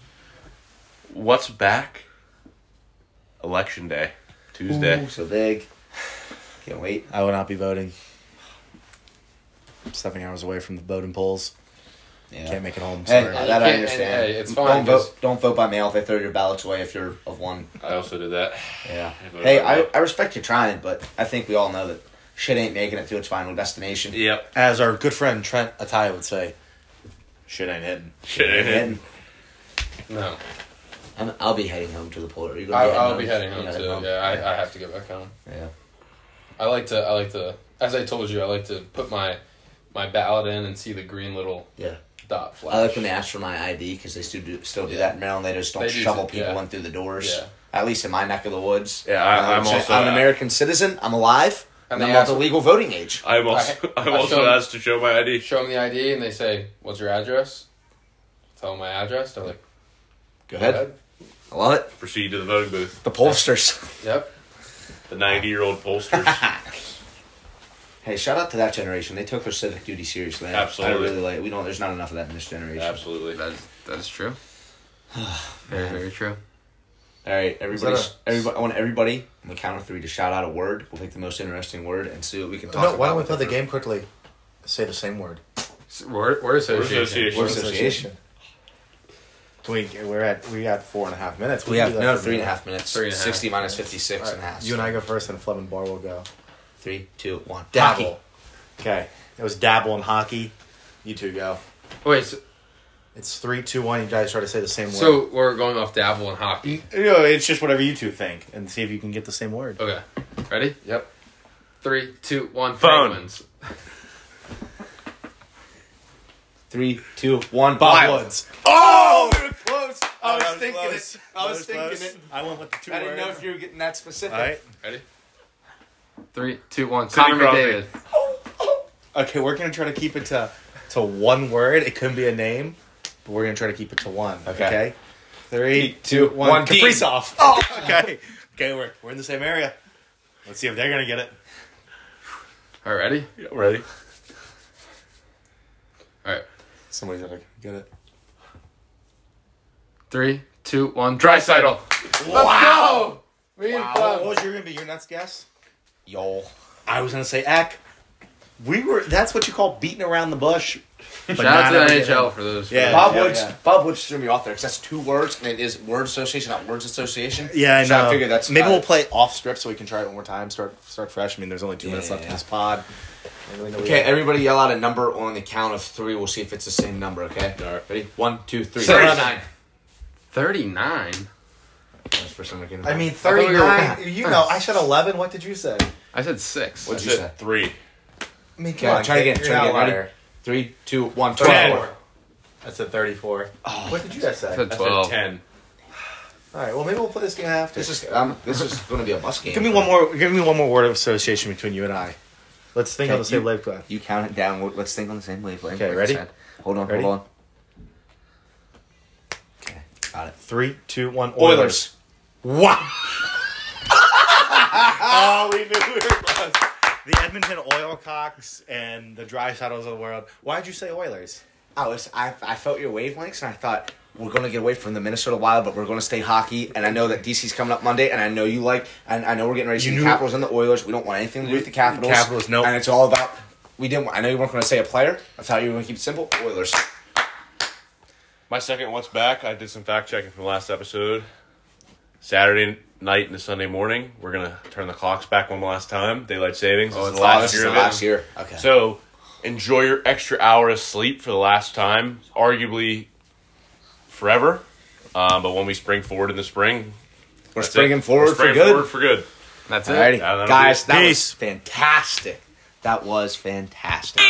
C: What's back? Election day, Tuesday.
L: Ooh, so big. Can't wait.
E: I will not be voting. I'm seven hours away from the voting polls.
A: Yeah.
E: Can't make it home.
A: Hey,
E: Sorry.
B: Yeah, you
A: that I
B: Uh, can't-
A: understand.
B: and, hey, it's
A: Don't
B: fine,
A: vote.
B: 'cause-
A: Don't vote by mail if they throw your ballots away if you're of one.
C: I also did that.
A: Yeah.
C: voted
A: Hey,
C: by
A: I,
C: mail.
A: I respect you trying, but I think we all know that shit ain't making it to its final destination.
C: Yep.
E: As our good friend Trent Atai would say, shit ain't hitting.
C: Shit ain't hitting.
A: And
B: No.
A: I'm, I'll be heading home to the port. Are you gonna be
B: I,
A: heading
B: I'll be heading
A: You're
B: home
A: gonna
B: too.
A: head
B: Yeah, I, I have to get back home.
A: Yeah.
B: I like to. I like to. As I told you, I like to put my my ballot in and see the green little
A: Yeah.
B: dot flash.
A: I like when they ask for my ID because they still do still do
B: Yeah.
A: that in Maryland. They just don't
B: They do
A: shovel
B: too,
A: people
B: yeah.
A: in through the doors.
B: Yeah.
A: At least in my neck of the woods.
C: Yeah, I-
A: Uh,
C: I'm
A: so
C: also-
A: I'm an American citizen. I'm alive. And,
B: And they
A: I'm of
B: ask- Uh,
A: the legal voting age.
C: I'm also
B: I-
C: I'm
B: I
C: also
B: showed-
C: asked to show my ID.
B: Show them the ID and they say, "What's your address?" Tell them my address. They're like,
A: Go ahead. I love it.
C: Proceed to the voting booth.
A: The pollsters.
B: "Yep."
C: The 90 year old pollsters.
A: hey, shout out to that generation. They took their civic duty seriously. I
C: Absolutely.
A: really like. We don't. There's not enough of that in this generation.
C: Absolutely.
B: That's that's true. very very true.
A: All right, everybody.
E: that
A: Everybody. I want everybody on the count of three to shout out a word. We'll pick the most interesting word and see what we can talk
M: No,
A: about.
M: why don't we
A: with
M: play the
A: it.
M: game quickly? Say the same word.
B: Word word association.
C: association.
A: Word association.
E: Can we, we're at we got four and a half minutes.
A: We
E: can
A: have
E: do that
A: no
E: for
A: three and a
E: me.
A: half minutes.
B: Three and a half.
A: Sixty minus fifty six
E: All right,
A: and a half.
E: You and I go first, and Flem and Bar will go.
A: Three, two, one.
E: Dabble. Okay, it was dabble in hockey. You two go.
B: Wait, so,
E: It's three, two, one. You guys try to say the same word.
B: so we're going off dabble and hockey.
E: You know, it's just whatever you two think, and see if you can get the same word.
B: Okay, ready? Yep. Three, two, one.
C: Phone.
B: Penguins.
A: Three, two, one.
E: Bob
A: Wild.
E: Woods.
A: Oh, we were close. I was,
E: that was
A: thinking
E: close.
A: it. I was, thinking
E: close.
A: it.
E: I went with the two
A: I didn't know
E: words.
A: if you were getting that specific.
E: All right.
B: Ready? Three, two, one.
C: Sidney
B: Connor
C: Crosby.
B: McDavid.
E: Okay, we're gonna try to keep it to to one word. It could be a name, but we're gonna try to keep it to one.
A: Okay.
E: Okay. Three, two,
A: two,
E: one.
A: one.
E: Kaprizov. Oh, okay. Okay, we're we're in the same area. Let's see if they're gonna get it.
B: All right, ready?
C: Yeah, ready?
B: All right.
E: Somebody's gonna get it.
B: Three, two, one. Drysidle.
E: Wow.
B: Me and
E: Wow. What was your gonna be your next guess?
A: Yo.
E: I was gonna say Eck. We were. That's what you call beating around the bush. But
B: Shout out
E: not
B: to the
E: every
B: NHL
E: game.
B: for those.
E: Yeah.
A: Bob
E: yeah,
A: Woods.
E: yeah.
A: Bob Woods threw me off there because that's two words and it is word association, not words association.
E: Yeah, I
A: So
E: know.
A: I figured that's
E: maybe
A: I-
E: we'll play off script so we can try it one more time. Start start fresh. I mean, there's only two minutes left
A: Yeah.
E: in this pod.
A: Okay, everybody yell out a number on the count of three. We'll see if it's the same number. Okay. All right. Ready? One, two, three.
B: Six.
A: Nine.
B: Thirty-nine.
A: That's for some reason.
M: I mean,
B: thought we were-
M: 39. you know, I said 11. What did you say?
B: I said six.
A: What'd
C: I
A: you say?
C: said three.
M: I mean, come
A: Okay,
M: on.
A: try
M: kid,
A: again.
M: you're
A: Try
M: an
A: again. Ready?
M: outlier.
A: Three, two, one.
E: Ten.
A: Twelve. Oh.
M: I said 34. What did you guys say?
B: I
M: All
B: said
C: I
B: twelve.
C: said 10.
M: right, well, maybe we'll play this game after.
A: This is um, this is going to be a bus game.
E: Give me one more. Give me one more word of association between you and I. Let's think on
A: Okay,
E: the same
A: you-
E: wavelength.
A: You count it down. We'll- Let's think on the same wavelength.
E: Okay,
A: like I
E: ready?
A: said. Hold on,
E: Ready?
A: hold on. Okay, got it.
E: Three, two, one.
A: Oilers.
E: Wow. oh, we knew we were close. The Edmonton Oilcocks and the Dry Shadows of the world. Why'd you say Oilers?
A: I was Oh, I, I felt your wavelengths and I thought we're going to get away from the Minnesota Wild, but we're going to stay hockey. And I know that DC's coming up Monday, and I know you like, and I know we're getting ready to
E: You
A: see the
E: knew-
A: Capitals and the Oilers. We don't want anything to do with the Capitals.
E: Capitals, no.
A: And it's all about. We didn't. I know you weren't going to say a player. I thought you were going to keep it simple. Oilers.
C: My second what's back, I did some fact checking from the last episode. Saturday night into Sunday morning, we're gonna turn the clocks back one last time. Daylight savings
B: Oh,
C: is
B: it's
C: the last
A: this is
C: year
A: the
C: of it.
A: last year. Okay.
C: So enjoy your extra hour of sleep for the last time, arguably forever. Um, but when we spring forward in the spring,
A: we're
C: that's it.
A: springing
C: We're
A: forward
C: springing
A: for good.
C: Forward for good.
B: That's it.
A: Alrighty,
C: Yeah, that'll
A: guys,
C: do
A: that was
E: Peace.
A: fantastic. That was fantastic.